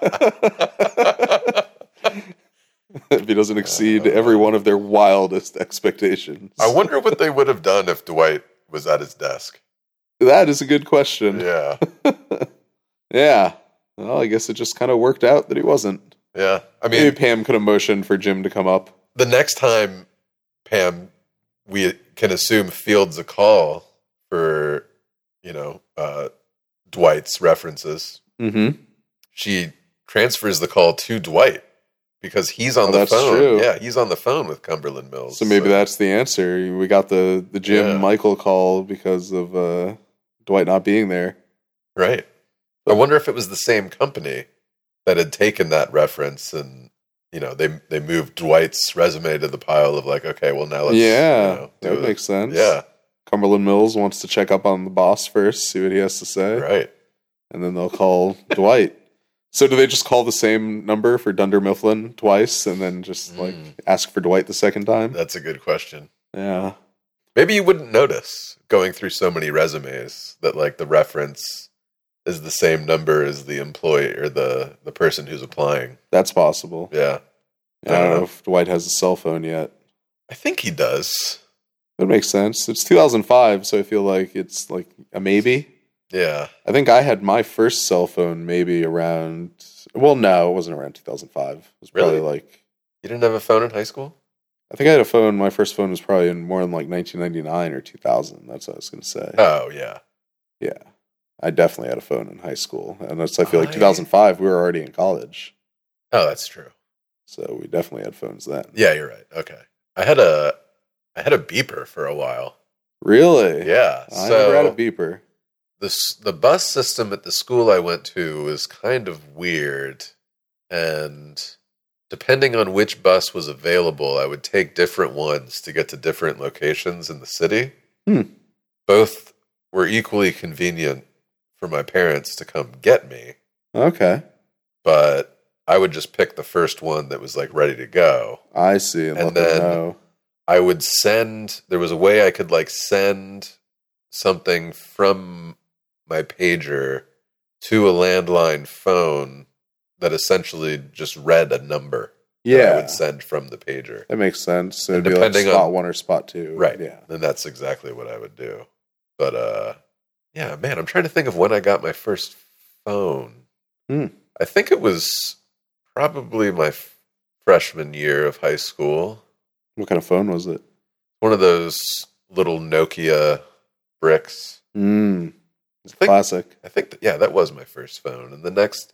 Speaker 3: if he doesn't exceed every one of their wildest expectations.
Speaker 2: I wonder what they would have done if Dwight was at his desk.
Speaker 3: that is a good question.
Speaker 2: Yeah.
Speaker 3: Yeah. Well, I guess it just kind of worked out that he wasn't.
Speaker 2: Yeah. I mean,
Speaker 3: Maybe Pam could have motioned for Jim to come up.
Speaker 2: the next time Pam, we can assume fields a call for you know uh, Dwight's references.
Speaker 3: Mm-hmm.
Speaker 2: She transfers the call to Dwight because he's on
Speaker 3: Oh,
Speaker 2: the
Speaker 3: that's
Speaker 2: phone.
Speaker 3: true.
Speaker 2: Yeah, he's on the phone with Cumberland Mills.
Speaker 3: So maybe that's the answer. We got the the Jim
Speaker 2: Yeah.
Speaker 3: Michael call because of uh, Dwight not being there.
Speaker 2: right. I wonder if it was the same company that had taken that reference and you know they they moved Dwight's resume to the pile of like okay well now let's
Speaker 3: yeah,
Speaker 2: you know,
Speaker 3: that
Speaker 2: do
Speaker 3: would
Speaker 2: it.
Speaker 3: make sense.
Speaker 2: yeah
Speaker 3: Cumberland Mills wants to check up on the boss first, see what he has to say,
Speaker 2: right
Speaker 3: and then they'll call Dwight. So do they just call the same number for Dunder Mifflin twice, and then
Speaker 2: Mm.
Speaker 3: just like ask for Dwight the second time?
Speaker 2: that's a good question
Speaker 3: Yeah.
Speaker 2: Maybe you wouldn't notice going through so many resumes that like the reference is the same number as the employee or the the person who's applying.
Speaker 3: That's possible.
Speaker 2: Yeah.
Speaker 3: I
Speaker 2: Yeah.
Speaker 3: don't know if Dwight has a cell phone yet.
Speaker 2: I think he does.
Speaker 3: That makes sense. It's 2005, so I feel like it's like a maybe.
Speaker 2: Yeah.
Speaker 3: I think I had my first cell phone maybe around. Well, no, it wasn't around 2005. It was probably
Speaker 2: Really?
Speaker 3: like
Speaker 2: You didn't have a phone in high school?
Speaker 3: I think I had a phone. My first phone was probably in more than like 1999 or 2000. That's what I was gonna say.
Speaker 2: Oh yeah.
Speaker 3: Yeah, I definitely had a phone in high school, and that's I feel like
Speaker 2: I-
Speaker 3: 2005. We were already in college,
Speaker 2: Oh, that's true.
Speaker 3: so we definitely had phones then.
Speaker 2: Yeah, you're right. Okay. I had a I had a beeper for a while.
Speaker 3: Really?
Speaker 2: Yeah.
Speaker 3: I
Speaker 2: so
Speaker 3: never had a beeper.
Speaker 2: the s- the bus system at the school I went to was kind of weird, and depending on which bus was available, I would take different ones to get to different locations in the city.
Speaker 3: Hmm.
Speaker 2: Both were equally convenient for my parents to come get me,
Speaker 3: Okay,
Speaker 2: but I would just pick the first one that was like ready to go.
Speaker 3: I see. And,
Speaker 2: And
Speaker 3: let them
Speaker 2: then-
Speaker 3: know.
Speaker 2: I would send. There was a way I could like send something from my pager to a landline phone that essentially just read a number. that I
Speaker 3: Yeah,
Speaker 2: would send from the pager.
Speaker 3: that makes sense. It'd
Speaker 2: And
Speaker 3: be like
Speaker 2: depending
Speaker 3: spot
Speaker 2: on-
Speaker 3: one or spot two.
Speaker 2: Right.
Speaker 3: Yeah.
Speaker 2: And that's exactly what I would do. But uh, yeah, man, I'm trying to think of when I got my first phone.
Speaker 3: Hmm.
Speaker 2: I think it was probably my f- freshman year of high school.
Speaker 3: What kind of phone was it?
Speaker 2: One of those little Nokia bricks.
Speaker 3: Mm.
Speaker 2: Hmm. I think-
Speaker 3: Classic.
Speaker 2: I think that, yeah, that was my first phone, and the next,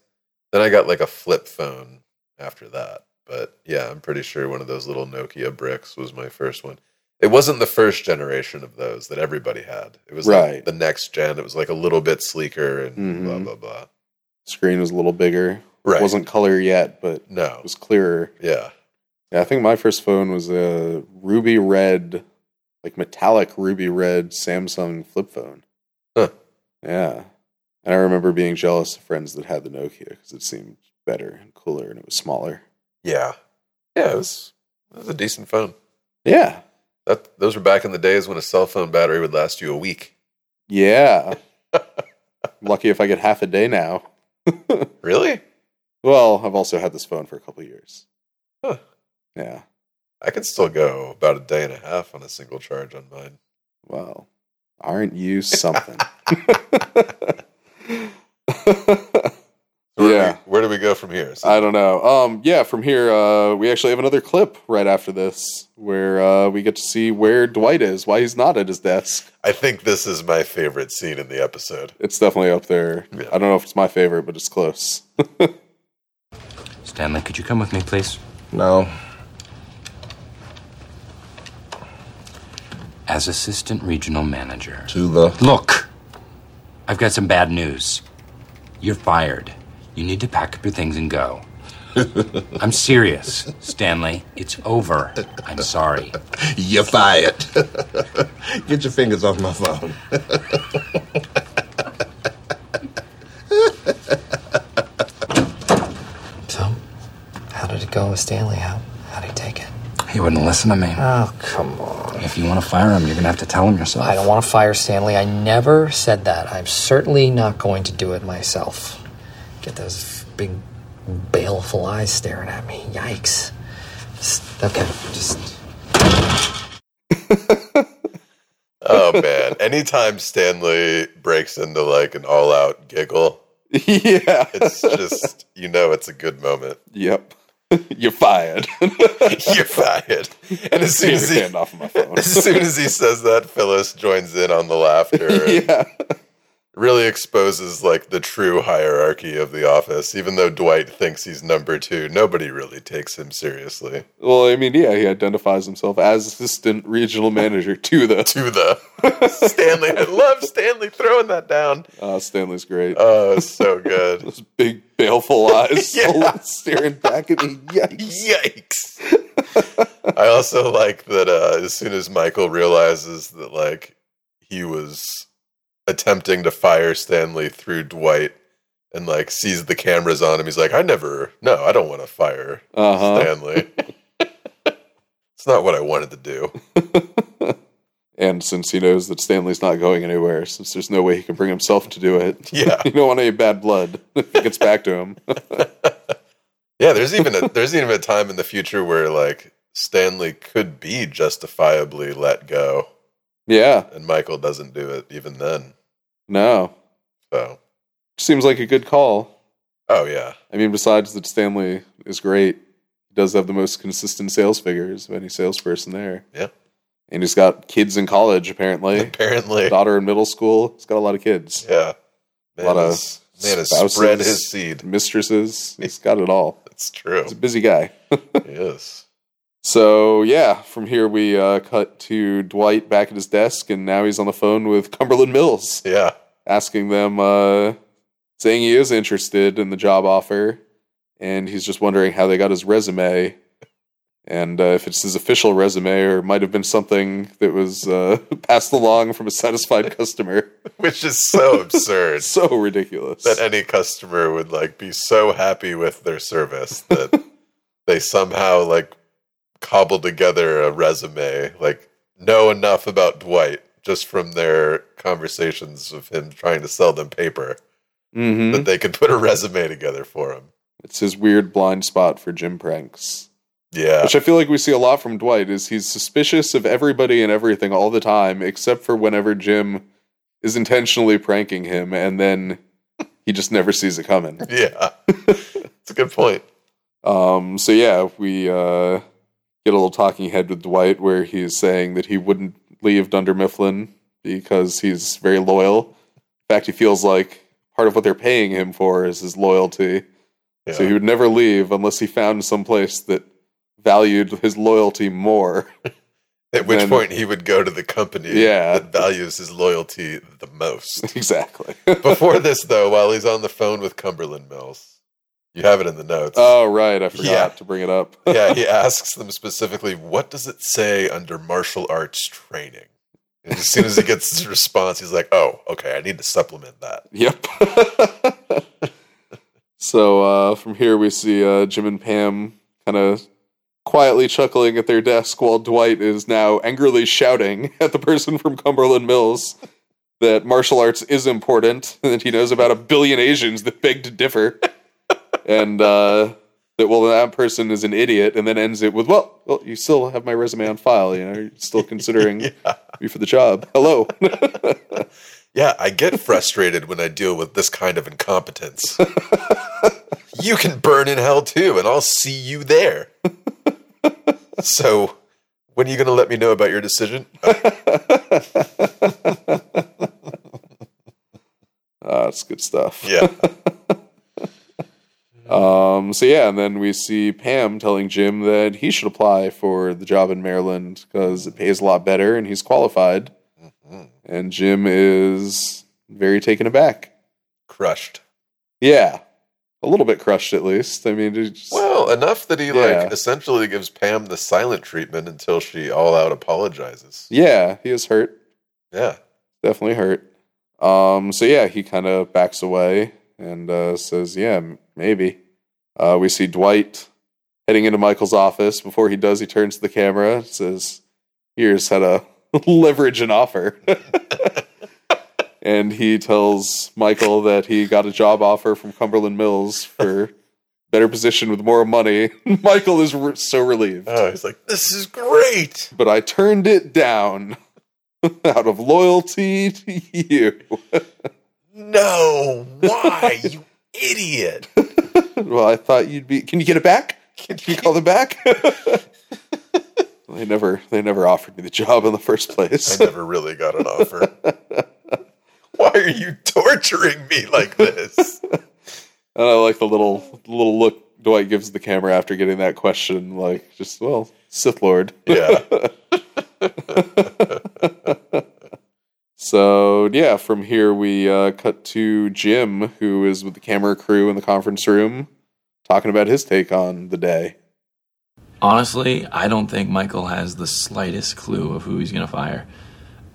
Speaker 2: then I got like a flip phone after that. But yeah, I'm pretty sure one of those little Nokia bricks was my first one. It wasn't the first generation of those that everybody had. It was
Speaker 3: Right.
Speaker 2: like the next gen. It was like a little bit sleeker and
Speaker 3: Mhm.
Speaker 2: blah blah blah.
Speaker 3: Screen was a little bigger.
Speaker 2: Right?
Speaker 3: Wasn't color yet, but it
Speaker 2: no.
Speaker 3: was clearer.
Speaker 2: Yeah.
Speaker 3: Yeah, I think my first phone was a ruby red, like metallic ruby red Samsung flip phone.
Speaker 2: Huh.
Speaker 3: Yeah. And I remember being jealous of friends that had the Nokia because it seemed better and cooler and it was smaller.
Speaker 2: Yeah. Yeah. It was. It was a decent phone.
Speaker 3: Yeah.
Speaker 2: That those were back in the days when a cell phone battery would last you a week.
Speaker 3: Yeah. Lucky if I get half a day now.
Speaker 2: Really?
Speaker 3: Well, I've also had this phone for a couple years.
Speaker 2: Huh.
Speaker 3: Yeah.
Speaker 2: I could still go about a day and a half on a single charge on mine.
Speaker 3: Well, aren't you something?
Speaker 2: Where
Speaker 3: Yeah.
Speaker 2: Do we, where do we go from here? So-
Speaker 3: I don't know. Um, yeah, from here, uh, we actually have another clip right after this where uh, we get to see where Dwight is, why he's not at his desk.
Speaker 2: I think this is my favorite scene in the episode.
Speaker 3: It's definitely up there.
Speaker 2: Yeah.
Speaker 3: I don't know if it's my favorite, but it's close.
Speaker 7: Stanley, could you come with me, please?
Speaker 8: No.
Speaker 7: as assistant regional manager.
Speaker 8: To the
Speaker 7: Look, I've got some bad news. You're fired. You need to pack up your things and go. I'm serious, Stanley. It's over. I'm sorry.
Speaker 8: you fired. Get your fingers off my phone.
Speaker 4: So, how did it go with Stanley? How how'd he take it?
Speaker 7: He wouldn't listen to me.
Speaker 4: Oh, come on.
Speaker 7: If you want to fire him, you're going to have to tell him yourself.
Speaker 4: I don't want to fire Stanley. I never said that. I'm certainly not going to do it myself. Get those big, baleful eyes staring at me. Yikes. Just- okay, just.
Speaker 2: Oh man! Anytime Stanley breaks into like an all-out giggle,
Speaker 3: yeah.
Speaker 2: it's just you know it's a good moment.
Speaker 3: Yep. You're fired.
Speaker 2: You're fired. And as soon
Speaker 3: Get
Speaker 2: as
Speaker 3: your
Speaker 2: he,
Speaker 3: hand off my phone.
Speaker 2: as soon as he says that, Phyllis joins in on the laughter. and
Speaker 3: yeah.
Speaker 2: Really exposes like the true hierarchy of the office. Even though Dwight thinks he's number two, nobody really takes him seriously.
Speaker 3: Well, I mean, yeah, he identifies himself as assistant regional manager to the
Speaker 2: To the Stanley, I love Stanley throwing that down.
Speaker 3: uh, Stanley's great.
Speaker 2: Oh, it's so good.
Speaker 3: Those big baleful eyes
Speaker 2: Yeah.
Speaker 3: staring back at me. Yikes.
Speaker 2: Yikes. I also like that uh, as soon as Michael realizes that like he was attempting to fire Stanley through Dwight and like sees the cameras on him, he's like, I never no, I don't want to fire
Speaker 3: Uh huh.
Speaker 2: Stanley. it's not what I wanted to do.
Speaker 3: And since he knows that Stanley's not going anywhere, since there's no way he can bring himself to do it,
Speaker 2: Yeah.
Speaker 3: you don't want any bad blood if it gets back to him.
Speaker 2: Yeah, there's even a there's even a time in the future where like Stanley could be justifiably let go
Speaker 3: yeah,
Speaker 2: and Michael doesn't do it even then.
Speaker 3: no.
Speaker 2: So
Speaker 3: Seems like a good call.
Speaker 2: oh yeah.
Speaker 3: I mean, besides that Stanley is great, he does have the most consistent sales figures of any salesperson there.
Speaker 2: Yeah.
Speaker 3: And he's got kids in college, apparently.
Speaker 2: Apparently.
Speaker 3: Daughter in middle school. He's got a lot of kids,
Speaker 2: Yeah.
Speaker 3: A
Speaker 2: Man,
Speaker 3: lot of
Speaker 2: has, man has spread
Speaker 3: spouses.
Speaker 2: his seed.
Speaker 3: mistresses. He's got it all.
Speaker 2: That's true.
Speaker 3: He's a busy guy.
Speaker 2: Yes.
Speaker 3: So yeah, from here we uh, cut to Dwight back at his desk, and now he's on the phone with Cumberland Mills,
Speaker 2: Yeah.
Speaker 3: asking them, uh, saying he is interested in the job offer, and he's just wondering how they got his resume, and uh, if it's his official resume or it might have been something that was uh, passed along from a satisfied customer.
Speaker 2: Which is so absurd
Speaker 3: It's so ridiculous.
Speaker 2: that any customer would like be so happy with their service that they somehow like cobble together a resume, like know enough about Dwight just from their conversations of him trying to sell them paper
Speaker 3: Mhm.
Speaker 2: that they could put a resume together for him.
Speaker 3: It's his weird blind spot for gym pranks.
Speaker 2: Yeah.
Speaker 3: which I feel like we see a lot from Dwight is he's suspicious of everybody and everything all the time, except for whenever Jim is intentionally pranking him, and then he just never sees it coming.
Speaker 2: Yeah. It's a good point.
Speaker 3: Um, so yeah, we uh, get a little talking head with Dwight where he's saying that he wouldn't leave Dunder Mifflin because he's very loyal. In fact, he feels like part of what they're paying him for is his loyalty.
Speaker 2: Yeah.
Speaker 3: So he would never leave unless he found some place that valued his loyalty more.
Speaker 2: At which
Speaker 3: then-
Speaker 2: point he would go to the company
Speaker 3: Yeah.
Speaker 2: that values his loyalty the most.
Speaker 3: exactly.
Speaker 2: Before this, though, while he's on the phone with Cumberland Mills, you have it in the notes.
Speaker 3: Oh right, I forgot
Speaker 2: Yeah.
Speaker 3: to bring it up.
Speaker 2: yeah, he asks them specifically, what does it say under martial arts training? And as soon as he gets this response, he's like, oh, okay, I need to supplement that.
Speaker 3: Yep. so uh, from here we see uh, Jim and Pam kind of quietly chuckling at their desk while Dwight is now angrily shouting at the person from Cumberland Mills that martial arts is important and that he knows about a billion Asians that beg to differ. and uh, that well that person is an idiot and then ends it with well, well you still have my resume on file, you know, you're still considering me for the job. Hello.
Speaker 2: Yeah, I get frustrated when I deal with this kind of incompetence. you can burn in hell too, and I'll see you there. so, when are you going to let me know about your decision? Oh,
Speaker 3: Ah, it's good stuff.
Speaker 2: Yeah.
Speaker 3: Um, Um, so yeah, and then we see Pam telling Jim that he should apply for the job in Maryland because it pays a lot better and he's qualified. And Jim is very taken aback.
Speaker 2: Crushed.
Speaker 3: Yeah, a little bit crushed at least. I mean, it's just-
Speaker 2: Well, enough that he
Speaker 3: Yeah.
Speaker 2: like essentially gives Pam the silent treatment until she all out apologizes.
Speaker 3: yeah, he is hurt.
Speaker 2: Yeah.
Speaker 3: definitely hurt. Um, so yeah, he kind of backs away and uh, says, "Yeah, m- maybe." Uh, we see Dwight heading into Michael's office. Before he does, he turns to the camera and says, "Here's how to leverage an offer." and he tells Michael that he got a job offer from Cumberland Mills for better position with more money. Michael is re- so relieved
Speaker 2: Oh, he's like, this is great.
Speaker 3: but I turned it down out of loyalty to you.
Speaker 2: No, why, you idiot?
Speaker 3: well, I thought you'd be. Can you get it back? Can you call them back? they never. They never offered me the job in the first
Speaker 2: I
Speaker 3: place.
Speaker 2: never really got an offer. Why are you torturing me like this?
Speaker 3: And I like the little little look Dwight gives the camera after getting that question. Like, just well, Sith Lord.
Speaker 2: Yeah.
Speaker 3: So yeah, from here we uh, cut to Jim, who is with the camera crew in the conference room, talking about his take on the day.
Speaker 9: Honestly, I don't think Michael has the slightest clue of who he's going to fire.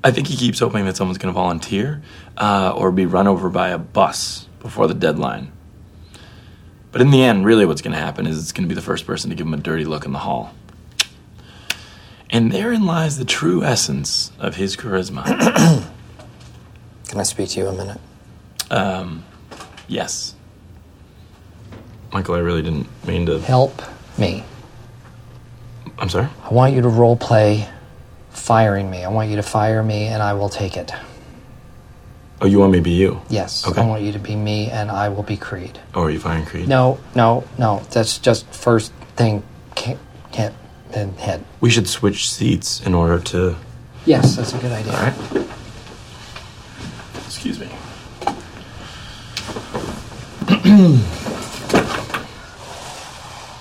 Speaker 9: I think he keeps hoping that someone's going to volunteer uh, or be run over by a bus before the deadline. But in the end, really what's going to happen is it's going to be the first person to give him a dirty look in the hall. And therein lies the true essence of his charisma.
Speaker 4: Can I speak to you a minute?
Speaker 9: yes. Michael, I really didn't mean to.
Speaker 4: Help me.
Speaker 9: I'm sorry?
Speaker 4: I want you to role play firing me. I want you to fire me and I will take it.
Speaker 9: Oh, you want me to be you?
Speaker 4: Yes.
Speaker 9: Okay.
Speaker 4: I want you to be me and I will be Creed.
Speaker 9: Or are you firing Creed?
Speaker 4: No, no, no. That's just first thing can't can't then head.
Speaker 9: We should switch seats in order to.
Speaker 4: Yes, that's a good idea.
Speaker 9: Excuse me.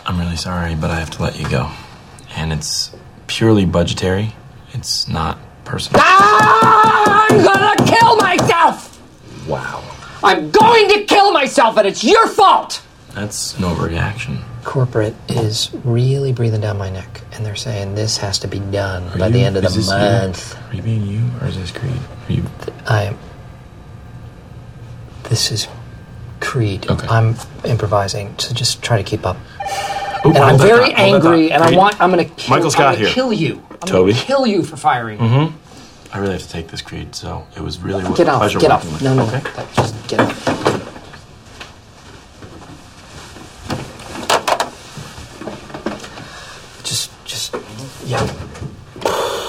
Speaker 9: I'm really sorry, but I have to let you go. And it's purely budgetary, it's not personal.
Speaker 10: Ah, I'm gonna kill myself!
Speaker 9: Wow.
Speaker 10: I'm going to kill myself, and it's your fault!
Speaker 9: That's an overreaction.
Speaker 4: Corporate is really breathing down my neck, and they're saying this has to be done
Speaker 9: Are
Speaker 4: by the
Speaker 9: you-
Speaker 4: end of
Speaker 9: is
Speaker 4: the
Speaker 9: this you?
Speaker 4: month.
Speaker 9: Are you being you, or is this Creed? Are you.
Speaker 4: I am. This is Creed.
Speaker 9: Okay.
Speaker 4: I'm improvising, so just try to keep up.
Speaker 9: Ooh,
Speaker 10: And I'm
Speaker 9: hold that
Speaker 10: very
Speaker 9: thought, hold that
Speaker 10: angry,
Speaker 9: thought.
Speaker 10: and I
Speaker 9: Creed,
Speaker 10: want. I'm gonna kill,
Speaker 9: Michael Scott
Speaker 10: I'm gonna
Speaker 9: here.
Speaker 10: kill you. I'm
Speaker 9: Toby. Mm-hmm.
Speaker 10: gonna kill you for firing me.
Speaker 9: I really have to take this, Creed, so it was really
Speaker 4: Get
Speaker 9: a
Speaker 4: off!
Speaker 9: pleasure
Speaker 4: Get off!
Speaker 9: working with
Speaker 4: No,
Speaker 9: you.
Speaker 4: no,
Speaker 9: Okay.
Speaker 4: no. Just get off. Just, just, yeah.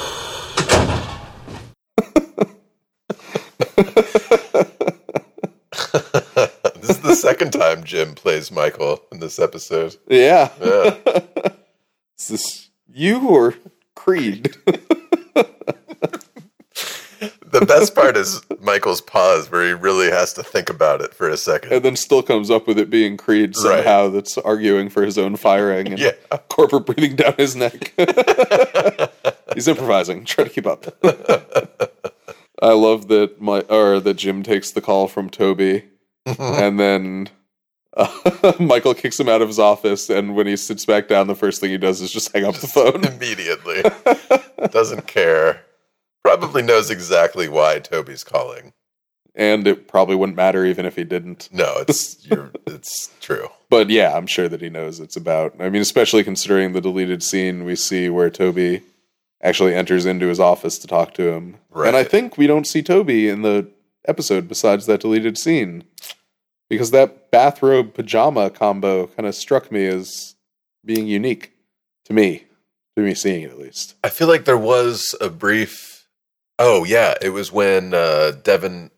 Speaker 2: This is the second time Jim plays Michael in this episode.
Speaker 3: Yeah.
Speaker 2: Yeah.
Speaker 3: Is this you or Creed?
Speaker 2: The best part is Michael's pause where he really has to think about it for a second.
Speaker 3: and then still comes up with it being Creed
Speaker 2: Right.
Speaker 3: somehow that's arguing for his own firing and
Speaker 2: Yeah.
Speaker 3: corporate breathing down his neck. He's improvising, try to keep up. I love that my or that Jim takes the call from Toby
Speaker 2: Mm-hmm.
Speaker 3: and then uh, Michael kicks him out of his office and when he sits back down the first thing he does is just hang up the phone.
Speaker 2: Immediately. Doesn't care. Probably knows exactly why Toby's calling.
Speaker 3: And it probably wouldn't matter even if he didn't.
Speaker 2: No, it's you're, it's true.
Speaker 3: but yeah, I'm sure that he knows it's about. I mean, especially considering the deleted scene we see where Toby actually enters into his office to talk to him.
Speaker 2: Right.
Speaker 3: And I think we don't see Toby in the episode besides that deleted scene because that bathrobe pajama combo kind of struck me as being unique to me, to me seeing it at least.
Speaker 2: I feel like there was a brief. Oh yeah, it was when uh, Devin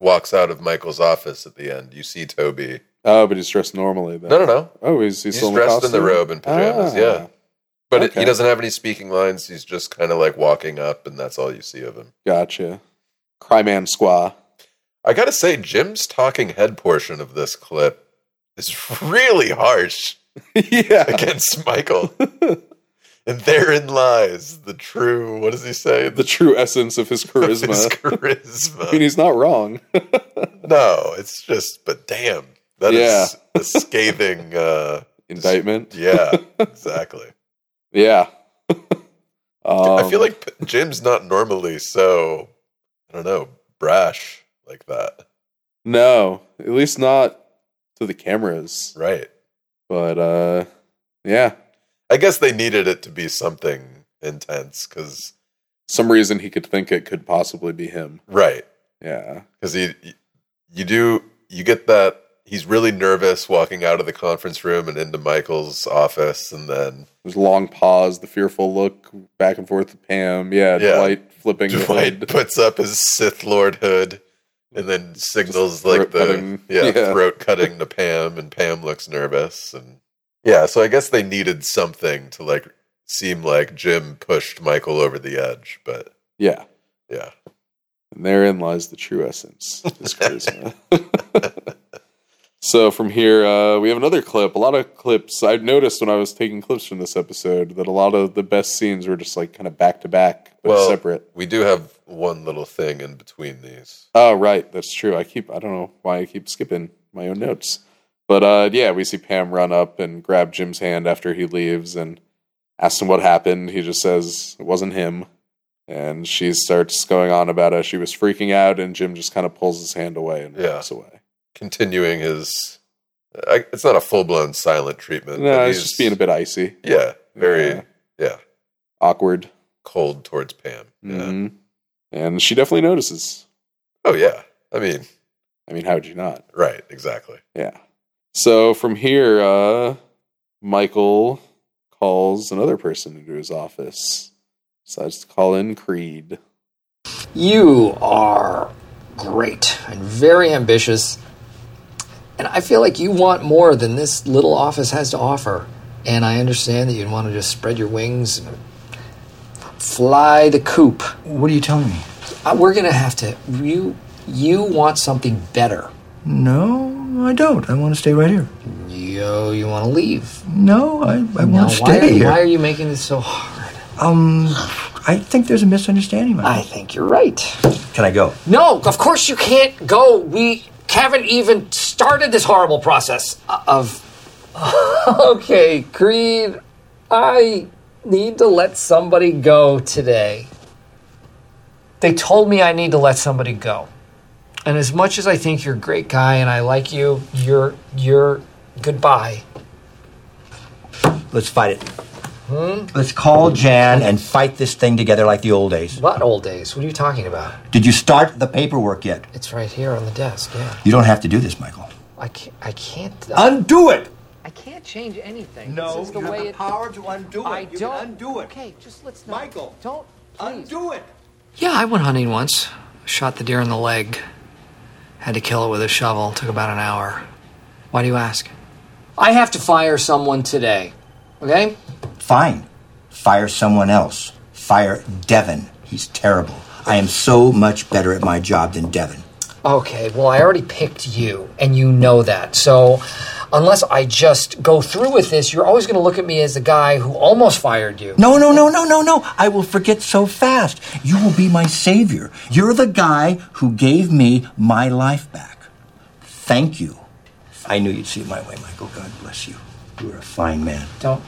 Speaker 2: walks out of Michael's office at the end. You see Toby.
Speaker 3: Oh, but he's dressed normally then.
Speaker 2: No, no, no.
Speaker 3: Oh, he's, he's,
Speaker 2: He's
Speaker 3: still in
Speaker 2: dressed in the
Speaker 3: costume?
Speaker 2: robe and pajamas.
Speaker 3: Ah.
Speaker 2: Yeah, but it, he
Speaker 3: Okay.
Speaker 2: doesn't have any speaking lines. He's just kind of like walking up, and that's all you see of him.
Speaker 3: Gotcha. Cryman Squaw.
Speaker 2: I gotta say, Jim's talking head portion of this clip is really harsh yeah. against Michael. and therein lies the true, what does he say?
Speaker 3: The true essence of his charisma.
Speaker 2: his charisma.
Speaker 3: I mean, he's not wrong.
Speaker 2: no, it's just, but damn, that is a scathing uh,
Speaker 3: Indictment.
Speaker 2: yeah, exactly.
Speaker 3: yeah. Um,
Speaker 2: I feel like P- Jim's not normally so, I don't know, brash like that.
Speaker 3: No, at least not to the cameras.
Speaker 2: Right.
Speaker 3: But uh yeah,
Speaker 2: I guess they needed it to be something intense because,
Speaker 3: some reason he could think it could possibly be him.
Speaker 2: right,
Speaker 3: Yeah.
Speaker 2: because he, you do, you get that he's really nervous walking out of the conference room and into Michael's office, and then
Speaker 3: There's a long pause, the fearful look back and forth to Pam. Yeah,
Speaker 2: Yeah.
Speaker 3: Dwight flipping the
Speaker 2: Dwight
Speaker 3: hood.
Speaker 2: puts up his Sith Lord hood and then signals
Speaker 3: throat
Speaker 2: like the
Speaker 3: cutting.
Speaker 2: yeah,
Speaker 3: Yeah.
Speaker 2: throat cutting to Pam, and Pam looks nervous and yeah. So I guess they needed something to like seem like Jim pushed Michael over the edge, but
Speaker 3: Yeah.
Speaker 2: yeah,
Speaker 3: And therein lies the true essence of his charisma. so from here, uh, we have another clip. A lot of clips. I've noticed when I was taking clips from this episode that a lot of the best scenes were just like kind of back to back, but
Speaker 2: Well-
Speaker 3: separate.
Speaker 2: we do have one little thing in between these.
Speaker 3: Oh, right. That's true. I keep, I don't know why I keep skipping my own notes. But uh, yeah, we see Pam run up and grab Jim's hand after he leaves and asks him what happened. He just says it wasn't him. And she starts going on about how she was freaking out, and Jim just kind of pulls his hand away and
Speaker 2: Yeah.
Speaker 3: walks away.
Speaker 2: Continuing his, I, it's not a full blown silent treatment.
Speaker 3: No,
Speaker 2: but
Speaker 3: he's just being a bit icy,
Speaker 2: yeah, very
Speaker 3: Yeah.
Speaker 2: yeah,
Speaker 3: awkward.
Speaker 2: cold towards Pam. Yeah.
Speaker 3: Mhm. And she definitely notices.
Speaker 2: Oh yeah, I mean
Speaker 3: I mean, how would you not?
Speaker 2: right, exactly.
Speaker 3: Yeah. So from here, uh, Michael calls another person into his office. Decides to call in Creed.
Speaker 4: You are great and very ambitious. And I feel like you want more than this little office has to offer. And I understand that you'd want to just spread your wings and fly the coop.
Speaker 10: What are you telling me?
Speaker 4: Uh, We're going to have to. You, you want something better.
Speaker 10: No, I don't. I want to stay right here.
Speaker 4: Yo, you want to leave.
Speaker 10: No, I, I
Speaker 4: Now,
Speaker 10: want to
Speaker 4: why,
Speaker 10: stay
Speaker 4: are,
Speaker 10: here.
Speaker 4: why are you making this so hard?
Speaker 10: Um, I think there's a misunderstanding. Michael.
Speaker 4: I think you're right.
Speaker 10: Can I go?
Speaker 4: No, of course you can't go. We haven't even started this horrible process of. okay, Creed, I need to let somebody go today. They told me I need to let somebody go. And as much as I think you're a great guy and I like you, you're you're goodbye.
Speaker 10: Let's fight it.
Speaker 4: Hmm?
Speaker 10: Let's call Jan and fight this thing together like the old days.
Speaker 4: What old days? What are you talking about?
Speaker 10: Did you start the paperwork yet?
Speaker 4: It's right here on the desk. Yeah,
Speaker 10: You don't have to do this, Michael.
Speaker 4: I can't. I can't.
Speaker 10: Undo it.
Speaker 4: I can't change anything.
Speaker 10: No,
Speaker 4: this is the
Speaker 10: you have
Speaker 4: way
Speaker 10: the
Speaker 4: it,
Speaker 10: power to undo it. You can undo it.
Speaker 4: Okay, just let's not.
Speaker 10: Michael,
Speaker 4: don't please.
Speaker 10: Undo it.
Speaker 4: Yeah, I went hunting once. Shot the deer in the leg. Had to kill it with a shovel. Took about an hour. Why do you ask? I have to fire someone today. Okay?
Speaker 10: Fine. Fire someone else. Fire Devin. He's terrible. I am so much better at my job than Devin.
Speaker 4: Okay, well, I already picked you, and you know that. So, unless I just go through with this, you're always going to look at me as the guy who almost fired you.
Speaker 10: No, no, no, no, no, no. I will forget so fast. You will be my savior. You're the guy who gave me my life back. Thank you. I knew you'd see it my way, Michael. God bless you. You're a fine man.
Speaker 4: Don't.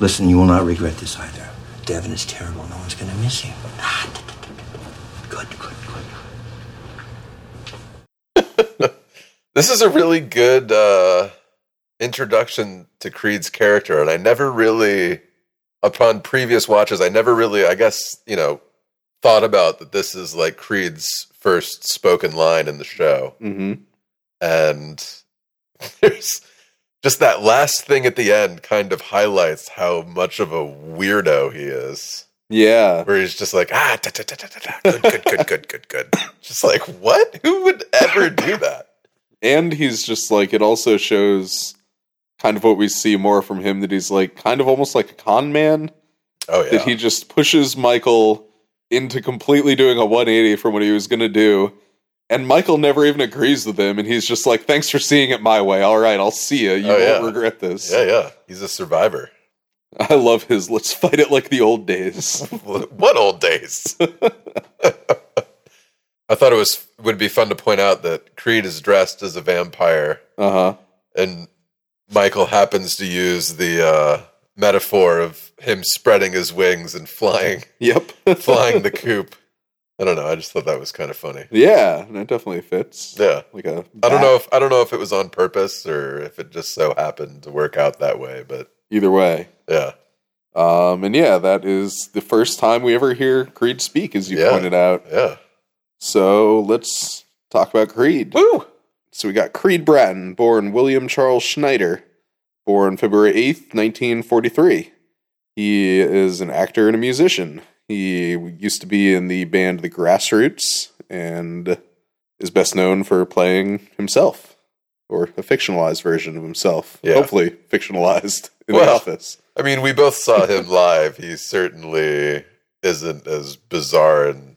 Speaker 10: Listen, you will not regret this either. Devin is terrible. No one's going to miss Ah, him. Good, good, good.
Speaker 2: This is a really good uh, introduction to Creed's character, and I never really, upon previous watches, I never really, I guess, you know, thought about that this is like Creed's first spoken line in the show.
Speaker 3: Mm-hmm.
Speaker 2: And there's just that last thing at the end kind of highlights how much of a weirdo he is,
Speaker 3: Yeah.
Speaker 2: where he's just like, ah, da, da, da, da, da, da, good, good, good, good, good, good. Just like, what? Who would ever do that?
Speaker 3: And he's just like, it also shows kind of what we see more from him that he's like kind of almost like a con man,
Speaker 2: Oh, yeah.
Speaker 3: that he just pushes Michael into completely doing a 180 from what he was going to do. And Michael never even agrees with him, and he's just like, "Thanks for seeing it my way. All right, I'll see you. You
Speaker 2: Oh, yeah.
Speaker 3: won't regret this."
Speaker 2: Yeah, yeah. He's a survivor.
Speaker 3: I love his. Let's fight it like the old days.
Speaker 2: what old days? I thought it was would be fun to point out that Creed is dressed as a vampire,
Speaker 3: Uh huh.
Speaker 2: and Michael happens to use the uh, metaphor of him spreading his wings and flying,
Speaker 3: Yep.
Speaker 2: flying the coop. I don't know. I just thought that was kind of funny.
Speaker 3: Yeah, that definitely fits.
Speaker 2: Yeah,
Speaker 3: Like a.
Speaker 2: I don't
Speaker 3: bat.
Speaker 2: know if I don't know if it was on purpose or if it just so happened to work out that way. But
Speaker 3: Either way.
Speaker 2: yeah,
Speaker 3: Um, and yeah, that is the first time we ever hear Creed speak, as you
Speaker 2: Yeah.
Speaker 3: pointed out.
Speaker 2: yeah,
Speaker 3: So let's talk about Creed. Woo! So we got Creed Bratton, born William Charles Schneider, born February 8th, 1943. He is an actor and a musician. He used to be in the band The Grassroots and is best known for playing himself or a fictionalized version of himself.
Speaker 2: Yeah.
Speaker 3: Hopefully, fictionalized in the
Speaker 2: Well,
Speaker 3: office.
Speaker 2: I mean, we both saw him live. He certainly isn't as bizarre and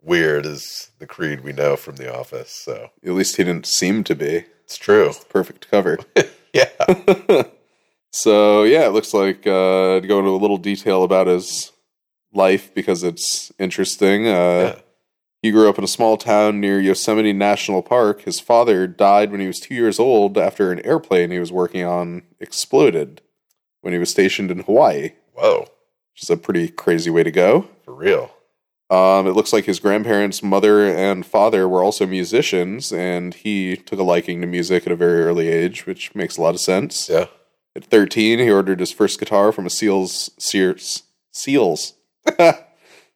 Speaker 2: weird as the Creed we know from The Office. So
Speaker 3: At least he didn't seem to be.
Speaker 2: it's true.
Speaker 3: Perfect cover.
Speaker 2: Yeah.
Speaker 3: so yeah, it looks like uh, to go into a little detail about his life because it's interesting. Uh,
Speaker 2: Yeah.
Speaker 3: He grew up in a small town near Yosemite National Park. His father died when he was two years old after an airplane he was working on exploded when he was stationed in Hawaii, which
Speaker 2: Whoa.
Speaker 3: is a pretty crazy way to go.
Speaker 2: For real.
Speaker 3: Um, it looks like his grandparents' mother and father were also musicians, and he took a liking to music at a very early age, which makes a lot of sense.
Speaker 2: Yeah.
Speaker 3: At 13, he ordered his first guitar from a Seals Sears Seals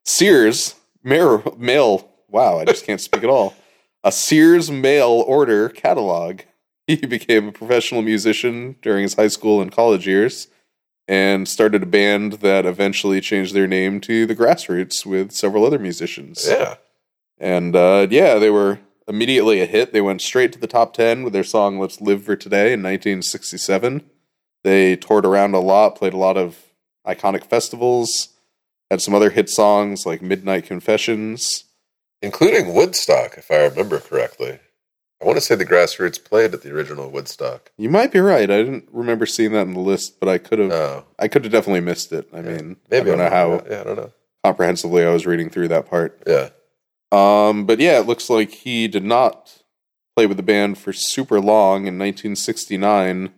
Speaker 3: Sears mail, mail. Wow, I just can't speak at all. A Sears mail order catalog. He became a professional musician during his high school and college years and started a band that eventually changed their name to The Grassroots with several other musicians.
Speaker 2: Yeah.
Speaker 3: And uh, yeah, they were immediately a hit. They went straight to the top 10 with their song Let's Live for Today in 1967. They toured around a lot, played a lot of iconic festivals, had some other hit songs like Midnight Confessions.
Speaker 2: Including Woodstock, if I remember correctly. I want to say the grassroots played at the original Woodstock.
Speaker 3: You might be right. I didn't remember seeing that in the list, but I could have
Speaker 2: Oh.
Speaker 3: I could have definitely missed it. I mean, I don't know
Speaker 2: I'm-
Speaker 3: how
Speaker 2: Yeah, I don't know.
Speaker 3: comprehensively I was reading through that part.
Speaker 2: Yeah.
Speaker 3: Um, but yeah, it looks like he did not play with the band for super long. In 1969,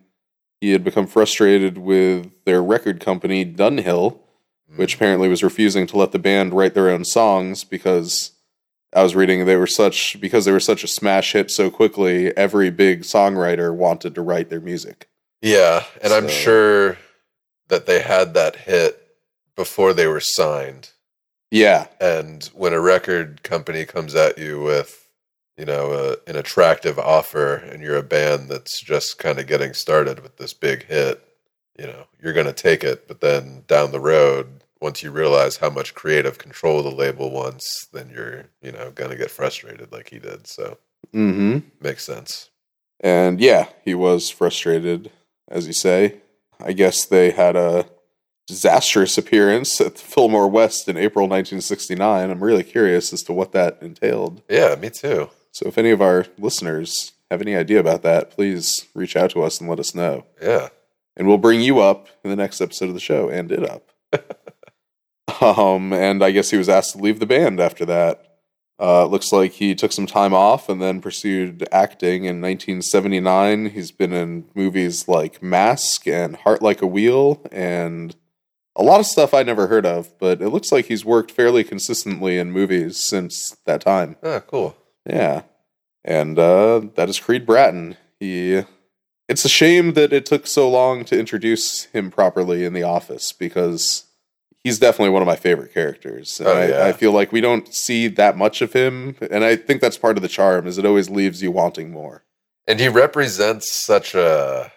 Speaker 3: he had become frustrated with their record company, Dunhill, which apparently was refusing to let the band write their own songs because I was reading they were such because they were such a smash hit so quickly. Every big songwriter wanted to write their music.
Speaker 2: Yeah. And I'm
Speaker 3: So-
Speaker 2: sure that they had that hit before they were signed.
Speaker 3: Yeah,
Speaker 2: And when a record company comes at you with, you know, a, an attractive offer and you're a band that's just kind of getting started with this big hit, you know, you're going to take it. But then down the road, once you realize how much creative control the label wants, then you're, you know, going to get frustrated like he did. So
Speaker 3: mm-hmm.
Speaker 2: makes sense.
Speaker 3: And yeah, he was frustrated, as you say. I guess they had a disastrous appearance at the Fillmore West in April 1969. I'm really curious as to what that entailed.
Speaker 2: Yeah, me too.
Speaker 3: So if any of our listeners have any idea about that, please reach out to us and let us know.
Speaker 2: Yeah.
Speaker 3: And we'll bring you up in the next episode of the show and it up. um, and I guess he was asked to leave the band after that. Uh, it looks like he took some time off and then pursued acting in 1979. He's been in movies like Mask and Heart Like a Wheel and a lot of stuff I never heard of, but it looks like he's worked fairly consistently in movies since that time.
Speaker 2: Ah, cool.
Speaker 3: Yeah. And uh, that is Creed Bratton. He. It's a shame that it took so long to introduce him properly in The Office because he's definitely one of my favorite characters. And
Speaker 2: Oh,
Speaker 3: I,
Speaker 2: yeah.
Speaker 3: I feel like we don't see that much of him, and I think that's part of the charm is it always leaves you wanting more.
Speaker 2: and he represents such a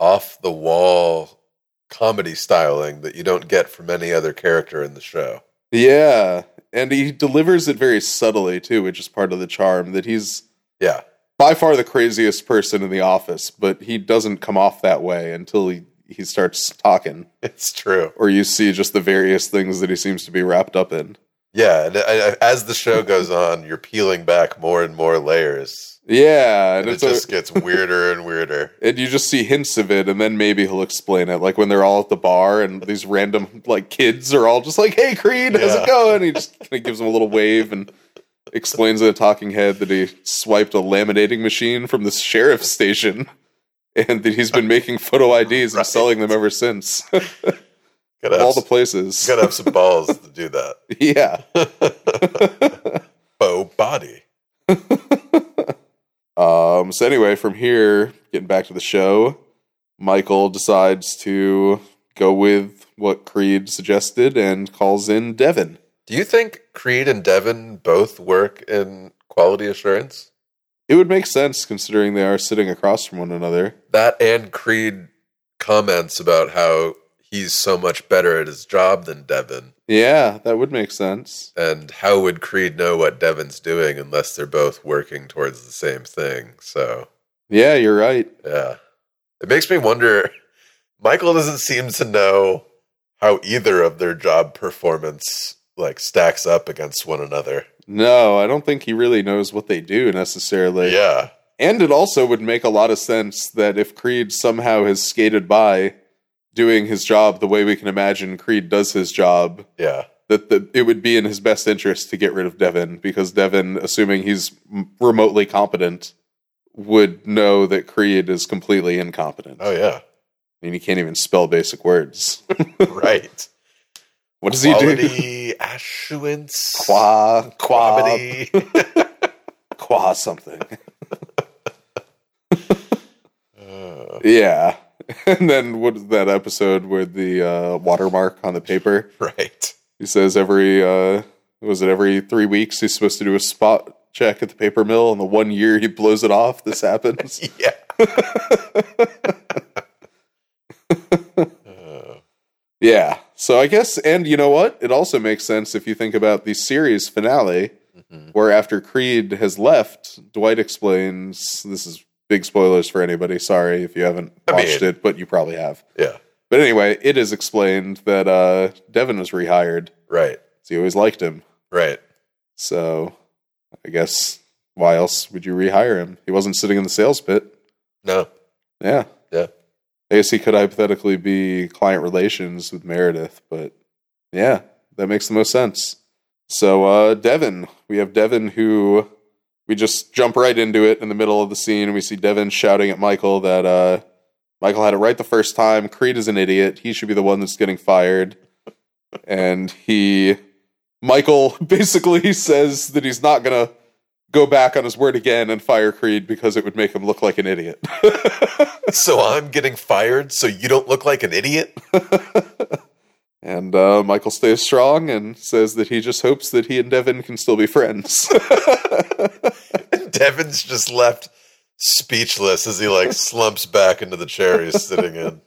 Speaker 2: off the wall comedy styling that you don't get from any other character in the show.
Speaker 3: Yeah, and he delivers it very subtly too, which is part of the charm that he's
Speaker 2: Yeah,
Speaker 3: by far the craziest person in The Office, but he doesn't come off that way until he, he starts talking.
Speaker 2: it's true.
Speaker 3: or you see just the various things that he seems to be wrapped up in.
Speaker 2: Yeah, and I, I- as the show goes on, you're peeling back more and more layers,
Speaker 3: Yeah,
Speaker 2: and, it just gets weirder and weirder.
Speaker 3: and you just see hints of it, and then maybe he'll explain it. Like when they're all at the bar, and these random like kids are all just like, "Hey, Creed, how's
Speaker 2: Yeah.
Speaker 3: it going?" He just kind of gives them a little wave and explains to the talking head that he swiped a laminating machine from the sheriff's station, and that he's been making photo IDs and selling them ever since.
Speaker 2: Gotta have
Speaker 3: all the
Speaker 2: s-
Speaker 3: places.
Speaker 2: gotta have some balls to do that.
Speaker 3: yeah.
Speaker 2: Bow body.
Speaker 3: Um, so anyway, from here, getting back to the show, Michael decides to go with what Creed suggested and calls in Devin.
Speaker 2: Do you think Creed and Devon both work in quality assurance?
Speaker 3: It would make sense considering they are sitting across from one another.
Speaker 2: That and Creed comments about how he's so much better at his job than Devon.
Speaker 3: Yeah, that would make sense.
Speaker 2: And how would Creed know what Devon's doing unless they're both working towards the same thing? So,
Speaker 3: Yeah, you're right.
Speaker 2: yeah. It makes me wonder Michael doesn't seem to know how either of their job performance like stacks up against one another.
Speaker 3: No, I don't think he really knows what they do necessarily.
Speaker 2: Yeah.
Speaker 3: And it also would make a lot of sense that if Creed somehow has skated by doing his job the way we can imagine Creed does his job,
Speaker 2: Yeah.
Speaker 3: that the, it would be in his best interest to get rid of Devin because Devin, assuming he's m- remotely competent, would know that Creed is completely incompetent.
Speaker 2: Oh yeah.
Speaker 3: I mean, he can't even spell basic words.
Speaker 2: right.
Speaker 3: What does he do?
Speaker 2: Quality assurance.
Speaker 3: Qua, qua,
Speaker 2: Quality.
Speaker 3: qua something.
Speaker 2: Uh.
Speaker 3: yeah. And then what is that episode with the uh, watermark on the paper?
Speaker 2: right.
Speaker 3: He says every uh was it every three weeks he's supposed to do a spot check at the paper mill, and the one year he blows it off, this happens.
Speaker 2: Yeah.
Speaker 3: yeah. So I guess, and you know what? It also makes sense if you think about the series finale,
Speaker 2: Mm-hmm.
Speaker 3: where after Creed has left, Dwight explains. This is big spoilers for anybody. Sorry if you haven't
Speaker 2: I mean-
Speaker 3: watched it, but you probably have.
Speaker 2: Yeah.
Speaker 3: But anyway, it is explained that uh, Devin was rehired,
Speaker 2: Right.
Speaker 3: so he always liked him.
Speaker 2: Right.
Speaker 3: So I guess why else would you rehire him? He wasn't sitting in the sales pit.
Speaker 2: No.
Speaker 3: Yeah.
Speaker 2: Yeah.
Speaker 3: I guess he could hypothetically be client relations with Meredith, but yeah, that makes the most sense. So uh Devin. We have Devin who we just jump right into it in the middle of the scene and we see Devin shouting at Michael that uh Michael had it right the first time. Creed is an idiot. He should be the one that's getting fired. And he Michael basically says that he's not gonna go back on his word again and fire Creed because it would make him look like an idiot.
Speaker 2: So I'm getting fired so you don't look like an idiot?
Speaker 3: And uh, Michael stays strong and says that he just hopes that he and Devin can still be friends.
Speaker 2: Devin's just left speechless as he like slumps back into the chair he's sitting in.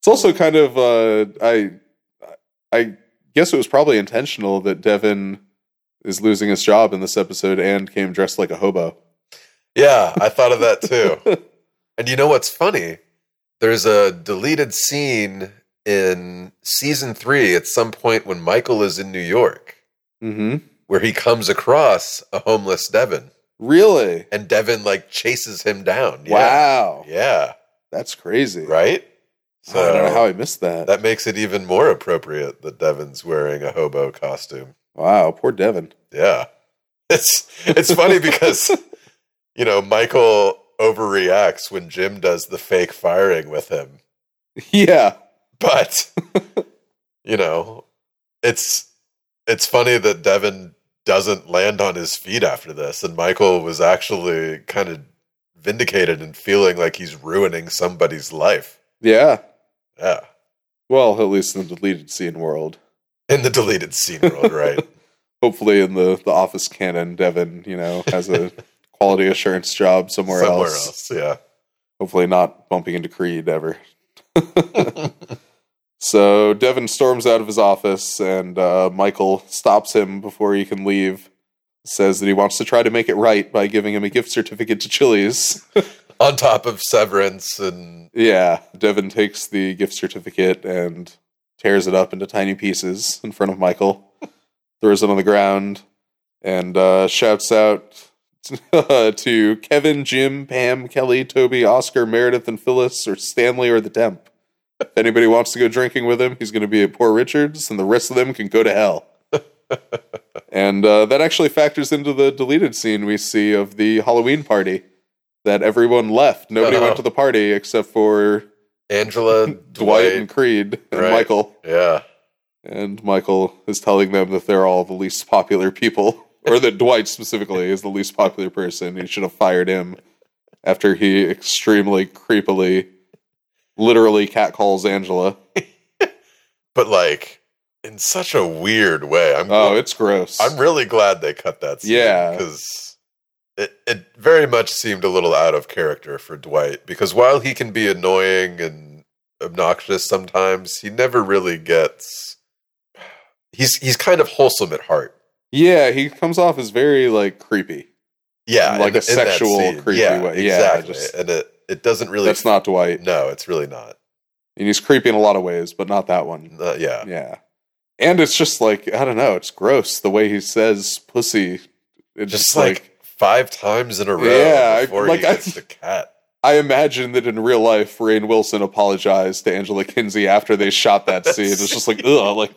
Speaker 3: it's also kind of uh, I I guess it was probably intentional that Devin is losing his job in this episode and came dressed like a hobo.
Speaker 2: Yeah, I thought of that too. And you know what's funny? There's a deleted scene in season three at some point when Michael is in New York
Speaker 3: Mm-hmm.
Speaker 2: where he comes across a homeless Devin
Speaker 3: Really?
Speaker 2: and Devin like chases him down. Yeah.
Speaker 3: Wow,
Speaker 2: Yeah.
Speaker 3: that's crazy.
Speaker 2: Right?
Speaker 3: So, I don't know how I missed that.
Speaker 2: That makes it even more appropriate that Devin's wearing a hobo costume.
Speaker 3: Wow, poor Devin.
Speaker 2: Yeah. It's it's funny because you know, Michael overreacts when Jim does the fake firing with him.
Speaker 3: yeah,
Speaker 2: But you know, it's it's funny that Devin doesn't land on his feet after this and Michael was actually kind of vindicated and feeling like he's ruining somebody's life.
Speaker 3: yeah.
Speaker 2: Yeah.
Speaker 3: Well, at least in the deleted scene world.
Speaker 2: In the deleted scene world, right?
Speaker 3: hopefully in the the office canon devin you know has a quality assurance job somewhere, else.
Speaker 2: Yeah.
Speaker 3: hopefully not bumping into creed ever so devin storms out of his office and uh, michael stops him before he can leave says that he wants to try to make it right by giving him a gift certificate to chili's
Speaker 2: On top of Severance and
Speaker 3: yeah devin takes the gift certificate and tears it up into tiny pieces in front of michael throws it on the ground, and uh, shouts out to Kevin, Jim, Pam, Kelly, Toby, Oscar, Meredith, and Phyllis, or Stanley, or the temp. If anybody wants to go drinking with him, he's going to be at Poor Richards, and the rest of them can go to hell. and uh, that actually factors into the deleted scene we see of the Halloween party that everyone left. Nobody
Speaker 2: Uh-huh.
Speaker 3: went to the party except for
Speaker 2: Angela, Dwight,
Speaker 3: Dwight and Creed and
Speaker 2: Right.
Speaker 3: Michael.
Speaker 2: Yeah.
Speaker 3: And Michael is telling them that they're all the least popular people, or that Dwight specifically is the least popular person. He should have fired him after he extremely creepily, literally catcalls Angela.
Speaker 2: but like in such a weird way. I'm
Speaker 3: Oh, it's gross.
Speaker 2: I'm really glad they cut that scene.
Speaker 3: Yeah.
Speaker 2: Because it, it very much seemed a little out of character for Dwight. Because while he can be annoying and obnoxious sometimes, he never really gets. He's he's kind of wholesome at heart.
Speaker 3: Yeah, he comes off as very like creepy.
Speaker 2: Yeah.
Speaker 3: Like
Speaker 2: in-
Speaker 3: a
Speaker 2: in that
Speaker 3: sexual
Speaker 2: scene.
Speaker 3: creepy
Speaker 2: yeah,
Speaker 3: way. Yeah,
Speaker 2: Exactly.
Speaker 3: just-
Speaker 2: and it, it doesn't really.
Speaker 3: That's not Dwight.
Speaker 2: No, it's really not.
Speaker 3: And he's creepy in a lot of ways, but not that one.
Speaker 2: Not- yeah.
Speaker 3: Yeah. And it's just like, I don't know, it's gross the way he says pussy. It's
Speaker 2: Just like, five times in a row
Speaker 3: Yeah, I-
Speaker 2: before
Speaker 3: like,
Speaker 2: he
Speaker 3: I-
Speaker 2: gets the cat.
Speaker 3: I imagine that in real life, Rain Wilson apologized to Angela Kinsey after they shot that scene. It's just like, ugh, like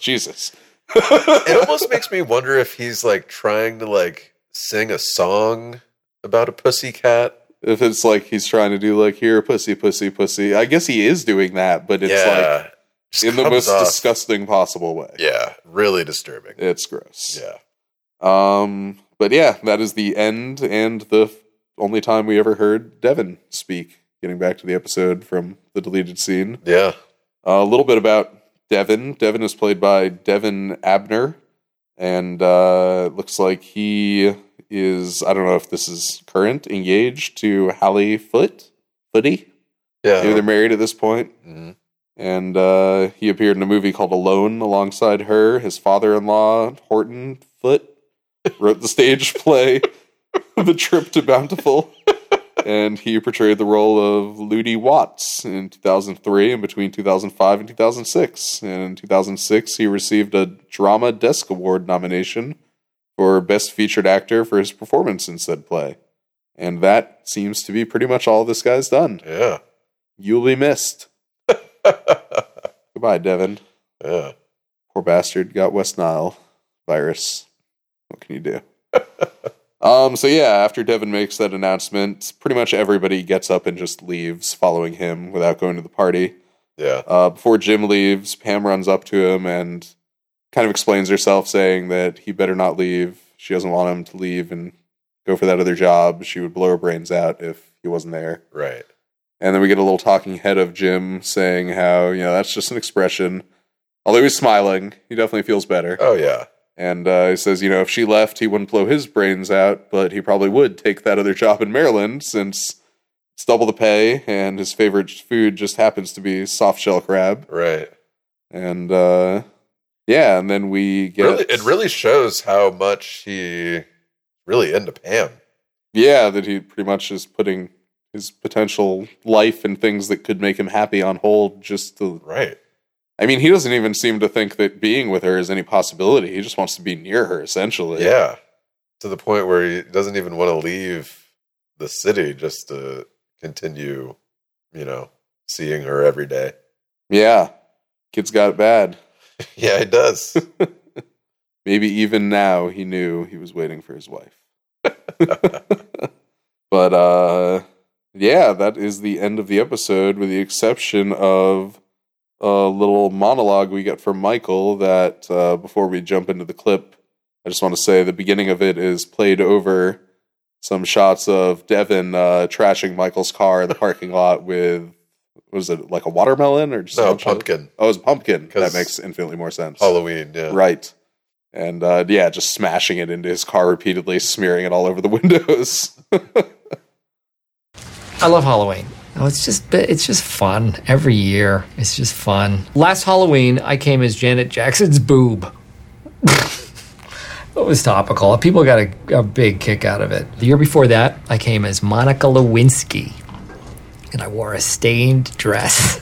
Speaker 3: Jesus.
Speaker 2: it almost makes me wonder if he's like trying to like sing a song about a pussy cat.
Speaker 3: If it's like he's trying to do like here, pussy, pussy, pussy. I guess he is doing that, but it's
Speaker 2: yeah,
Speaker 3: like
Speaker 2: Just
Speaker 3: in the
Speaker 2: comes
Speaker 3: most
Speaker 2: off.
Speaker 3: disgusting possible way.
Speaker 2: yeah, really disturbing.
Speaker 3: It's gross.
Speaker 2: Yeah,
Speaker 3: Um, but yeah, that is the end and the f- only time we ever heard Devin speak. Getting back to the episode from the deleted scene.
Speaker 2: yeah.
Speaker 3: a little bit about Devin. Devin is played by Devin Abner, and uh, it looks like he is. I don't know if this is current, engaged to Hallie Foot, Footy.
Speaker 2: Yeah.
Speaker 3: Maybe they're married at this point.
Speaker 2: Mhm.
Speaker 3: And uh, he appeared in a movie called Alone alongside her. His father-in-law Horton Foot wrote the stage play The Trip to Bountiful. And he portrayed the role of Ludie Watts in 2003 and between 2005 and 2006. And in 2006, he received a Drama Desk Award nomination for Best Featured Actor for his performance in said play. And that seems to be pretty much all this guy's done.
Speaker 2: Yeah.
Speaker 3: You'll be missed. Goodbye, Devin.
Speaker 2: Yeah.
Speaker 3: Poor bastard got West Nile virus. What can you do? um, so yeah, after Devin makes that announcement, pretty much everybody gets up and just leaves following him without going to the party.
Speaker 2: Yeah.
Speaker 3: Uh, before Jim leaves, Pam runs up to him and kind of explains herself, saying that he better not leave. She doesn't want him to leave and go for that other job. She would blow her brains out if he wasn't there.
Speaker 2: Right.
Speaker 3: And then we get a little talking head of Jim saying how, you know, that's just an expression. Although he's smiling, he definitely feels better.
Speaker 2: Oh yeah.
Speaker 3: And uh, he says, you know, if she left, he wouldn't blow his brains out, but he probably would take that other job in Maryland since it's double the pay and his favorite food just happens to be soft shell crab.
Speaker 2: Right.
Speaker 3: And uh, yeah, and then we get.
Speaker 2: Really, it really shows how much he really into Pam.
Speaker 3: Yeah, that he pretty much is putting his potential life and things that could make him happy on hold just to
Speaker 2: Right.
Speaker 3: I mean, he doesn't even seem to think that being with her is any possibility. He just wants to be near her, essentially.
Speaker 2: Yeah. To the point where he doesn't even want to leave the city just to continue, you know, seeing her every day.
Speaker 3: Yeah. Kid's got it bad.
Speaker 2: Yeah, he does.
Speaker 3: Maybe even now he knew he was waiting for his wife. but uh yeah, that is the end of the episode, with the exception of a little monologue we get from Michael that uh, before we jump into the clip, I just want to say the beginning of it is played over some shots of Devin uh, trashing Michael's car in the parking lot with what is it like a watermelon or just
Speaker 2: no,
Speaker 3: some shit?
Speaker 2: pumpkin.
Speaker 3: Oh, it's pumpkin. That
Speaker 2: 'Cause Oh,
Speaker 3: makes infinitely more sense.
Speaker 2: Halloween. Yeah.
Speaker 3: Right. And uh, yeah, just smashing it into his car repeatedly, smearing it all over the windows.
Speaker 4: I love Halloween. Oh, it's just it's just fun every year. It's just fun. Last Halloween, I came as Janet Jackson's boob. it was topical. People got a, a big kick out of it. The year before that, I came as Monica Lewinsky, and I wore a stained dress.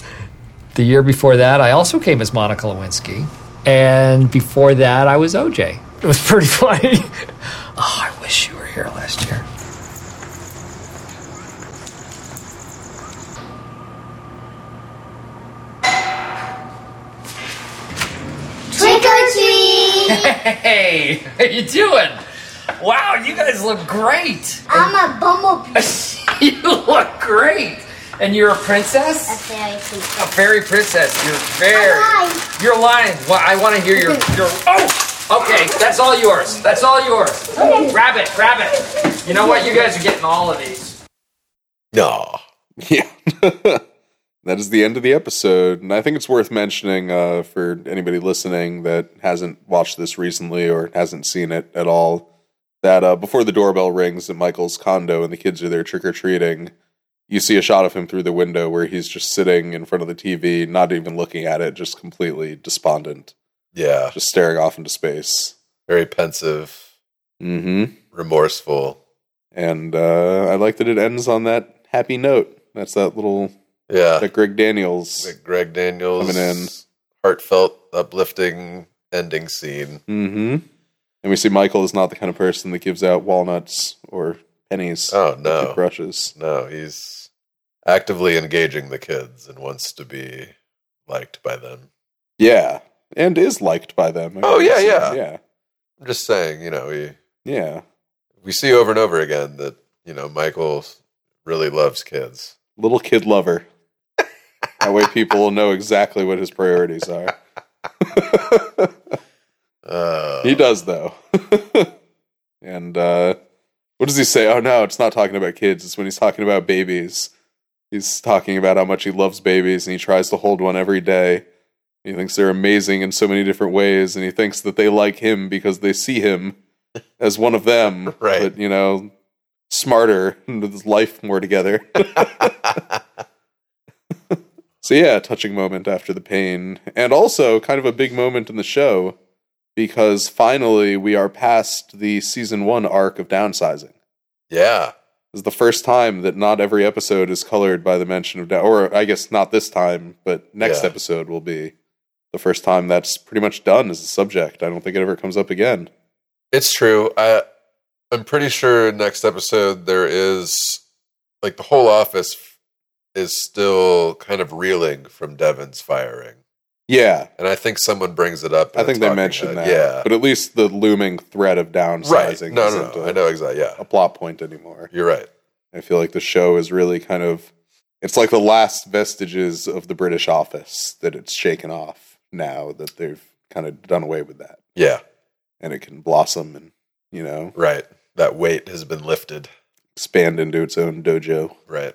Speaker 4: The year before that, I also came as Monica Lewinsky,
Speaker 11: And before that, I was OJ. It was pretty funny.
Speaker 4: Oh, I wish you were here last year.
Speaker 12: Trick or treat!
Speaker 11: Hey, how you doing? Wow, you guys look great.
Speaker 12: I'm a bumblebee.
Speaker 11: you look great. And you're a princess?
Speaker 12: fairy princess.
Speaker 11: A fairy princess. You're very. You're lying. Well, I want to hear your, your. Oh! Okay, that's all yours. That's all yours. Grab it, grab it. You know what? You guys are getting all of these.
Speaker 3: No. Yeah. that is the end of the episode. And I think it's worth mentioning uh, for anybody listening that hasn't watched this recently or hasn't seen it at all that uh, before the doorbell rings at Michael's condo and the kids are there trick or treating, you see a shot of him through the window where he's just sitting in front of the TV, not even looking at it, just completely despondent.
Speaker 2: Yeah.
Speaker 3: Just staring off into space.
Speaker 2: Very pensive.
Speaker 3: Mm-hmm.
Speaker 2: Remorseful.
Speaker 3: And uh, I like that it ends on that happy note. That's that little
Speaker 2: Yeah.
Speaker 3: that Greg Daniels
Speaker 2: Greg Daniels
Speaker 3: coming in.
Speaker 2: heartfelt, uplifting ending scene.
Speaker 3: Mm-hmm. And we see Michael is not the kind of person that gives out walnuts or pennies.
Speaker 2: Oh
Speaker 3: to
Speaker 2: no.
Speaker 3: crushes.
Speaker 2: No, he's actively engaging the kids and wants to be liked by them.
Speaker 3: Yeah, and is liked by them. I
Speaker 2: Oh, yeah,
Speaker 3: guess.
Speaker 2: yeah.
Speaker 3: yeah,
Speaker 2: I'm just saying, you know, we
Speaker 3: yeah.
Speaker 2: we see over and over again that, you know, Michael really loves kids.
Speaker 3: Little kid lover. that way, people will know exactly what his priorities are.
Speaker 2: Uh,
Speaker 3: he does though. and uh, what does he say? Oh no, it's not talking about kids. It's when he's talking about babies. He's talking about how much he loves babies and he tries to hold one every day. He thinks they're amazing in so many different ways, and he thinks that they like him because they see him as one of them.
Speaker 2: Right.
Speaker 3: But you know, smarter and with his life more together. so yeah, touching moment after the pain. And also kind of a big moment in the show because finally we are past the season one arc of downsizing.
Speaker 2: Yeah.
Speaker 3: This is the first time that not every episode is colored by the mention of down, or I guess not this time, but next
Speaker 2: Yeah.
Speaker 3: episode will be the first time that's pretty much done as a subject. I don't think it ever comes up again.
Speaker 2: It's true. I I'm pretty sure next episode there is like the whole office f- is still kind of reeling from Devin's firing.
Speaker 3: Yeah,
Speaker 2: And I think someone brings it up. in
Speaker 3: I
Speaker 2: a
Speaker 3: think they
Speaker 2: talking
Speaker 3: mentioned
Speaker 2: head.
Speaker 3: that. But at least the looming threat of
Speaker 2: Yeah. Right.
Speaker 3: downsizing
Speaker 2: No, no,
Speaker 3: isn't
Speaker 2: no.
Speaker 3: a-
Speaker 2: I know exactly. Yeah.
Speaker 3: a plot point anymore.
Speaker 2: You're right.
Speaker 3: I feel like the show is really kind of it's like the last vestiges of the British office that it's shaken off now that they've kind of done away with that
Speaker 2: Yeah.
Speaker 3: and it can blossom and you know
Speaker 2: Right. That weight has been lifted.
Speaker 3: expand into its own dojo.
Speaker 2: Right.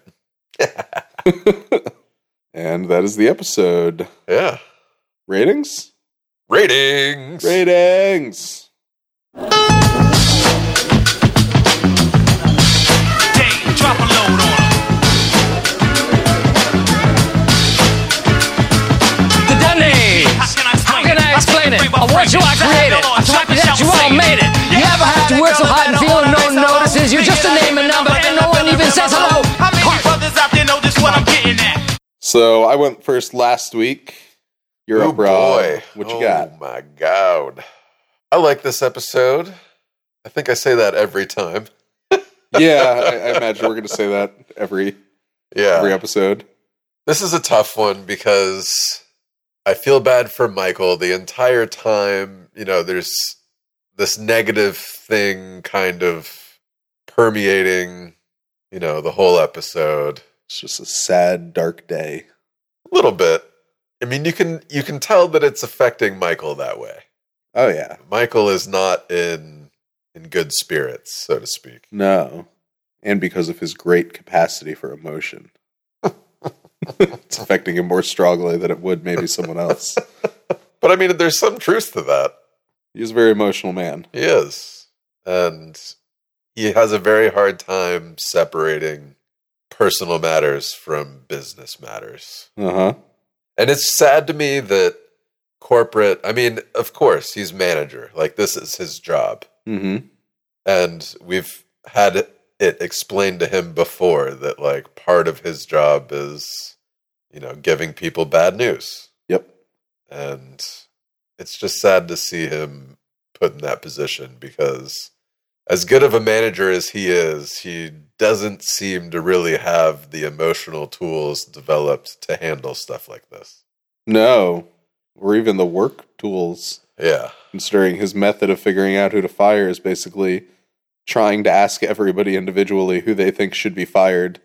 Speaker 3: And that is the episode.
Speaker 2: Yeah.
Speaker 3: Ratings?
Speaker 2: Ratings.
Speaker 3: Ratings.
Speaker 13: Drop a load on 'em.
Speaker 14: The Dundies. How can I explain it? I want you, I created. I swipe it at you, I made it. You ever have to work so hard and feel no one notices? You're just a name and number, and no one even says hello.
Speaker 13: How many brothers out there know just what I'm getting at?
Speaker 3: So I went first last week. You're
Speaker 2: Oh,
Speaker 3: up, Rob.
Speaker 2: boy.
Speaker 3: What you
Speaker 2: Oh,
Speaker 3: got?
Speaker 2: my God. I like this episode. I think I say that every time.
Speaker 3: yeah, I, I imagine we're going to say that every
Speaker 2: Yeah.
Speaker 3: every episode.
Speaker 2: This is a tough one because I feel bad for Michael the entire time. You know, there's this negative thing kind of permeating, you know, the whole episode.
Speaker 3: It's just a sad, dark day.
Speaker 2: A little bit. I mean, you can you can tell that it's affecting Michael that way.
Speaker 3: Oh yeah.
Speaker 2: Michael is not in in good spirits, so to speak.
Speaker 3: No. And because of his great capacity for emotion. it's affecting him more strongly than it would maybe someone else.
Speaker 2: But I mean, there's some truth to that.
Speaker 3: He's a very emotional man.
Speaker 2: He is. And he has a very hard time separating personal matters from business matters.
Speaker 3: Uh huh.
Speaker 2: And it's sad to me that corporate, I mean, of course, he's manager. Like, this is his job.
Speaker 3: Mm hmm.
Speaker 2: And we've had it explained to him before that, like, part of his job is, you know, giving people bad news.
Speaker 3: Yep.
Speaker 2: And it's just sad to see him put in that position because as good of a manager as he is, he doesn't seem to really have the emotional tools developed to handle stuff like this.
Speaker 3: No, or even the work tools.
Speaker 2: Yeah.
Speaker 3: Considering his method of figuring out who to fire is basically trying to ask everybody individually who they think should be fired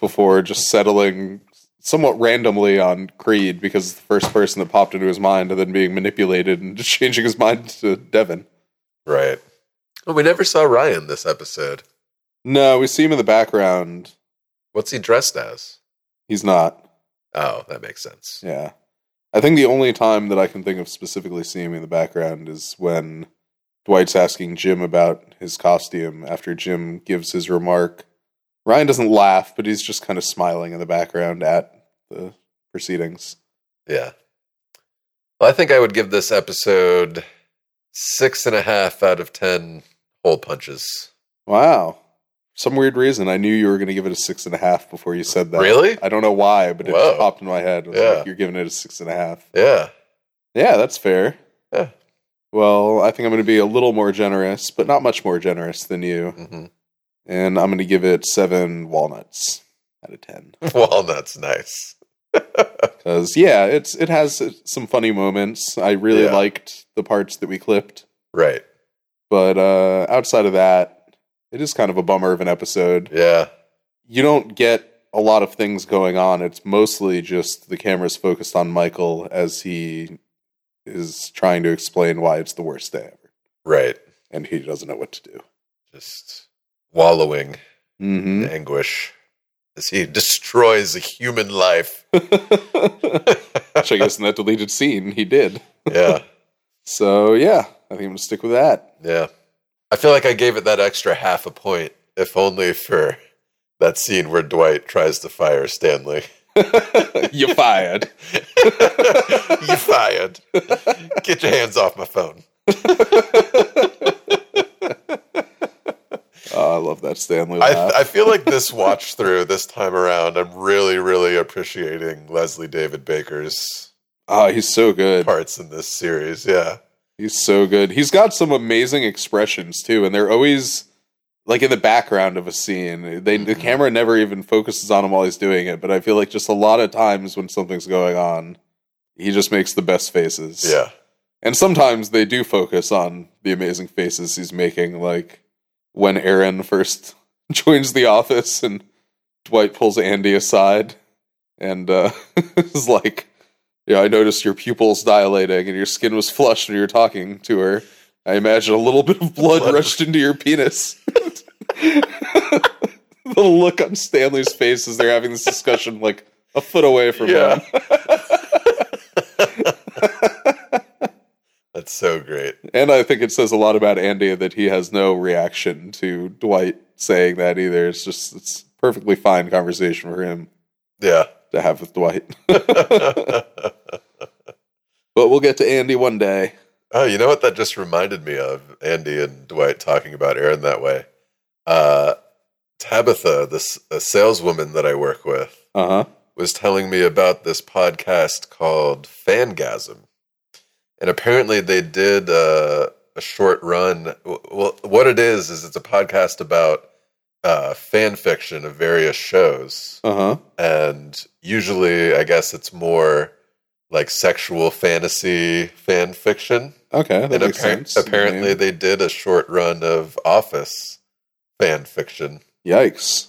Speaker 3: before just settling somewhat randomly on Creed because it's the first person that popped into his mind and then being manipulated and just changing his mind to Devin.
Speaker 2: Right. Well, we never saw Ryan this episode.
Speaker 3: No, we see him in the background.
Speaker 2: What's he dressed as?
Speaker 3: He's not.
Speaker 2: Oh, that makes sense.
Speaker 3: Yeah. I think the only time that I can think of specifically seeing him in the background is when Dwight's asking Jim about his costume after Jim gives his remark. Ryan doesn't laugh, but he's just kind of smiling in the background at the proceedings.
Speaker 2: Yeah. Well, I think I would give this episode six and a half out of ten hole punches.
Speaker 3: Wow. Some weird reason, I knew you were going to give it a six and a half before you said that.
Speaker 2: Really?
Speaker 3: I don't know why, but it
Speaker 2: Whoa.
Speaker 3: just popped in my head. It was
Speaker 2: Yeah.
Speaker 3: like, you're giving it a six and a half.
Speaker 2: Yeah.
Speaker 3: Yeah, that's fair.
Speaker 2: Yeah.
Speaker 3: Well, I think I'm going to be a little more generous, but not much more generous than you.
Speaker 2: Mm-hmm.
Speaker 3: And I'm going to give it seven walnuts out of ten.
Speaker 2: Walnuts, nice.
Speaker 3: Because yeah, it's it has some funny moments. I really
Speaker 2: Yeah.
Speaker 3: liked the parts that we clipped.
Speaker 2: Right.
Speaker 3: But uh, outside of that, it is kind of a bummer of an episode.
Speaker 2: Yeah.
Speaker 3: You don't get a lot of things going on. It's mostly just the camera's focused on Michael as he is trying to explain why it's the worst day ever.
Speaker 2: Right.
Speaker 3: And he doesn't know what to do.
Speaker 2: Just wallowing
Speaker 3: Mhm.
Speaker 2: in anguish as he destroys a human life.
Speaker 3: Which I guess in that deleted scene, he did.
Speaker 2: Yeah.
Speaker 3: so yeah, I think I'm going to stick with that.
Speaker 2: Yeah. I feel like I gave it that extra half a point, if only for that scene where Dwight tries to fire Stanley.
Speaker 3: you fired.
Speaker 2: you fired. Get your hands off my phone.
Speaker 3: Oh, I love that Stanley laugh.
Speaker 2: I, I feel like this watch through this time around, I'm really, really appreciating Leslie David Baker's
Speaker 3: oh, he's so good.
Speaker 2: parts in this series. Yeah.
Speaker 3: He's so good. He's got some amazing expressions too, and they're always like in the background of a scene. They
Speaker 2: Mm-hmm.
Speaker 3: the camera never even focuses on him while he's doing it, but I feel like just a lot of times when something's going on, he just makes the best faces.
Speaker 2: Yeah.
Speaker 3: And sometimes they do focus on the amazing faces he's making, like when Aaron first joins the office and Dwight pulls Andy aside and uh, is like, Yeah, I noticed your pupils dilating and your skin was flushed when you were talking to her. I imagine a little bit of blood, rushed into your penis. the look on Stanley's face as they're having this discussion, like a foot away from
Speaker 2: Yeah.
Speaker 3: him.
Speaker 2: That's so great.
Speaker 3: And I think it says a lot about Andy that he has no reaction to Dwight saying that either. It's just it's perfectly fine conversation for him.
Speaker 2: Yeah.
Speaker 3: To have with Dwight. but we'll get to Andy one day.
Speaker 2: Oh, you know what that just reminded me of? Andy and Dwight talking about Aaron that way. Uh, Tabitha, this a saleswoman that I work with,
Speaker 3: Uh huh.
Speaker 2: was telling me about this podcast called Fangasm, and apparently they did uh, a short run. W- Well, what it is is it's a podcast about uh, fan fiction of various shows
Speaker 3: Uh huh.
Speaker 2: and usually i guess it's more like sexual fantasy fan fiction
Speaker 3: Okay, that
Speaker 2: and
Speaker 3: makes
Speaker 2: appar-
Speaker 3: sense.
Speaker 2: apparently
Speaker 3: Yeah.
Speaker 2: they did a short run of office fan fiction
Speaker 3: Yikes.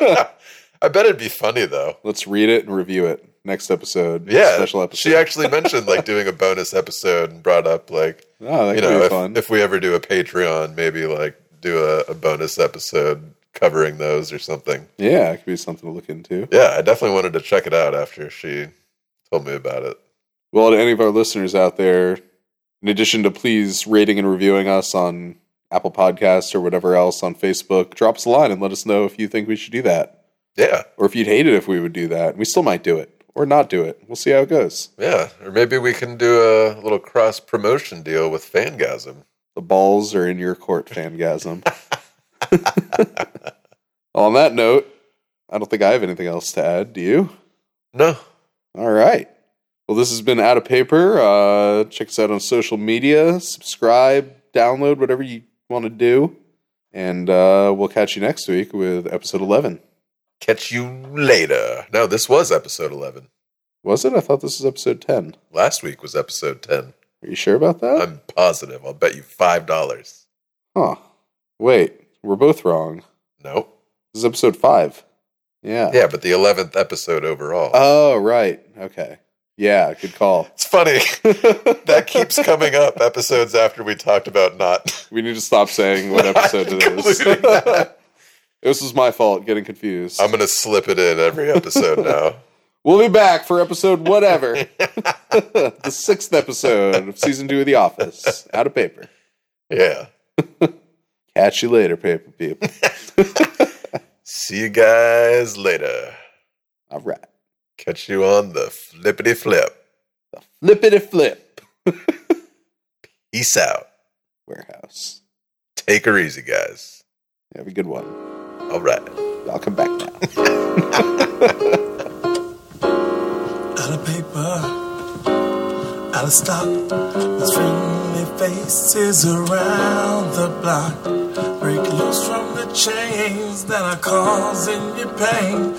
Speaker 2: i bet it'd be funny though
Speaker 3: Let's read it and review it next episode.
Speaker 2: yeah
Speaker 3: Special episode.
Speaker 2: she actually mentioned like doing a bonus episode and brought up like
Speaker 3: Oh, that
Speaker 2: you
Speaker 3: could
Speaker 2: know
Speaker 3: be
Speaker 2: if,
Speaker 3: fun.
Speaker 2: if we ever do a patreon maybe like do a, a bonus episode covering those or something
Speaker 3: yeah, it could be something to look into.
Speaker 2: yeah i definitely wanted to check it out after she told me about it
Speaker 3: Well, to any of our listeners out there, in addition to please rating and reviewing us on Apple Podcasts or whatever else on Facebook, drop us a line and let us know if you think we should do that.
Speaker 2: Yeah.
Speaker 3: Or if you'd hate it if we would do that. We still might do it or not do it. We'll see how it goes.
Speaker 2: Yeah, or maybe we can do a little cross promotion deal with Fangasm.
Speaker 3: The balls are in your court, Fangasm. on that note, I don't think I have anything else to add. Do you?
Speaker 2: No.
Speaker 3: All right. Well, this has been Out of Paper. Uh, check us out on social media. Subscribe, download, whatever you want to do. And uh, we'll catch you next week with episode 11.
Speaker 2: Catch you later. No, this was episode 11.
Speaker 3: Was it? I thought this was episode 10.
Speaker 2: Last week was episode 10.
Speaker 3: Are you sure about that?
Speaker 2: I'm positive. I'll bet you $5.
Speaker 3: Huh. Wait, we're both wrong.
Speaker 2: Nope.
Speaker 3: This is episode 5. Yeah.
Speaker 2: Yeah, but the 11th episode overall.
Speaker 3: Oh, right. Okay. Yeah, good call.
Speaker 2: It's funny. that keeps coming up episodes after we talked about not.
Speaker 3: We need to stop saying what episode it is.
Speaker 2: including that.
Speaker 3: this was my fault getting confused.
Speaker 2: I'm going to slip it in every episode now.
Speaker 3: We'll be back for episode whatever. the sixth episode of season two of The Office. Out of paper.
Speaker 2: Yeah.
Speaker 3: Catch you later, paper people.
Speaker 2: See you guys later.
Speaker 3: All right.
Speaker 2: Catch you on the flippity flip.
Speaker 3: Flippity flip.
Speaker 2: Peace out.
Speaker 3: Warehouse.
Speaker 2: Take her easy, guys.
Speaker 3: Have a good one.
Speaker 2: All right.
Speaker 3: I'll come back now.
Speaker 1: Out of paper, out of stock. There's friendly faces around the block. Break loose from the chains that are causing you pain.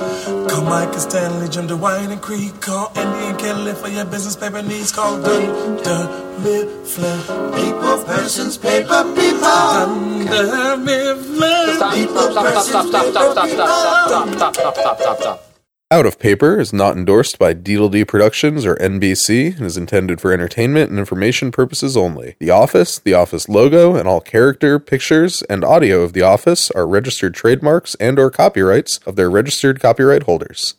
Speaker 1: Call Mike and Stanley, Jim Dwight and Creek. Call Andy and Kelly for your business paper needs. Call Dunder Mifflin. People, persons, paper, people. Dunder Mifflin.
Speaker 4: Stop,
Speaker 1: People,
Speaker 4: stop, stop, stop,
Speaker 1: persons, paper, people.
Speaker 4: stop, stop, stop, stop, stop, stop, stop, stop, stop, stop.
Speaker 3: Out of Paper is not endorsed by Deedledee Productions or NBC and is intended for entertainment and information purposes only. The Office, The Office logo, and all character, pictures, and audio of The Office are registered trademarks and or copyrights of their registered copyright holders.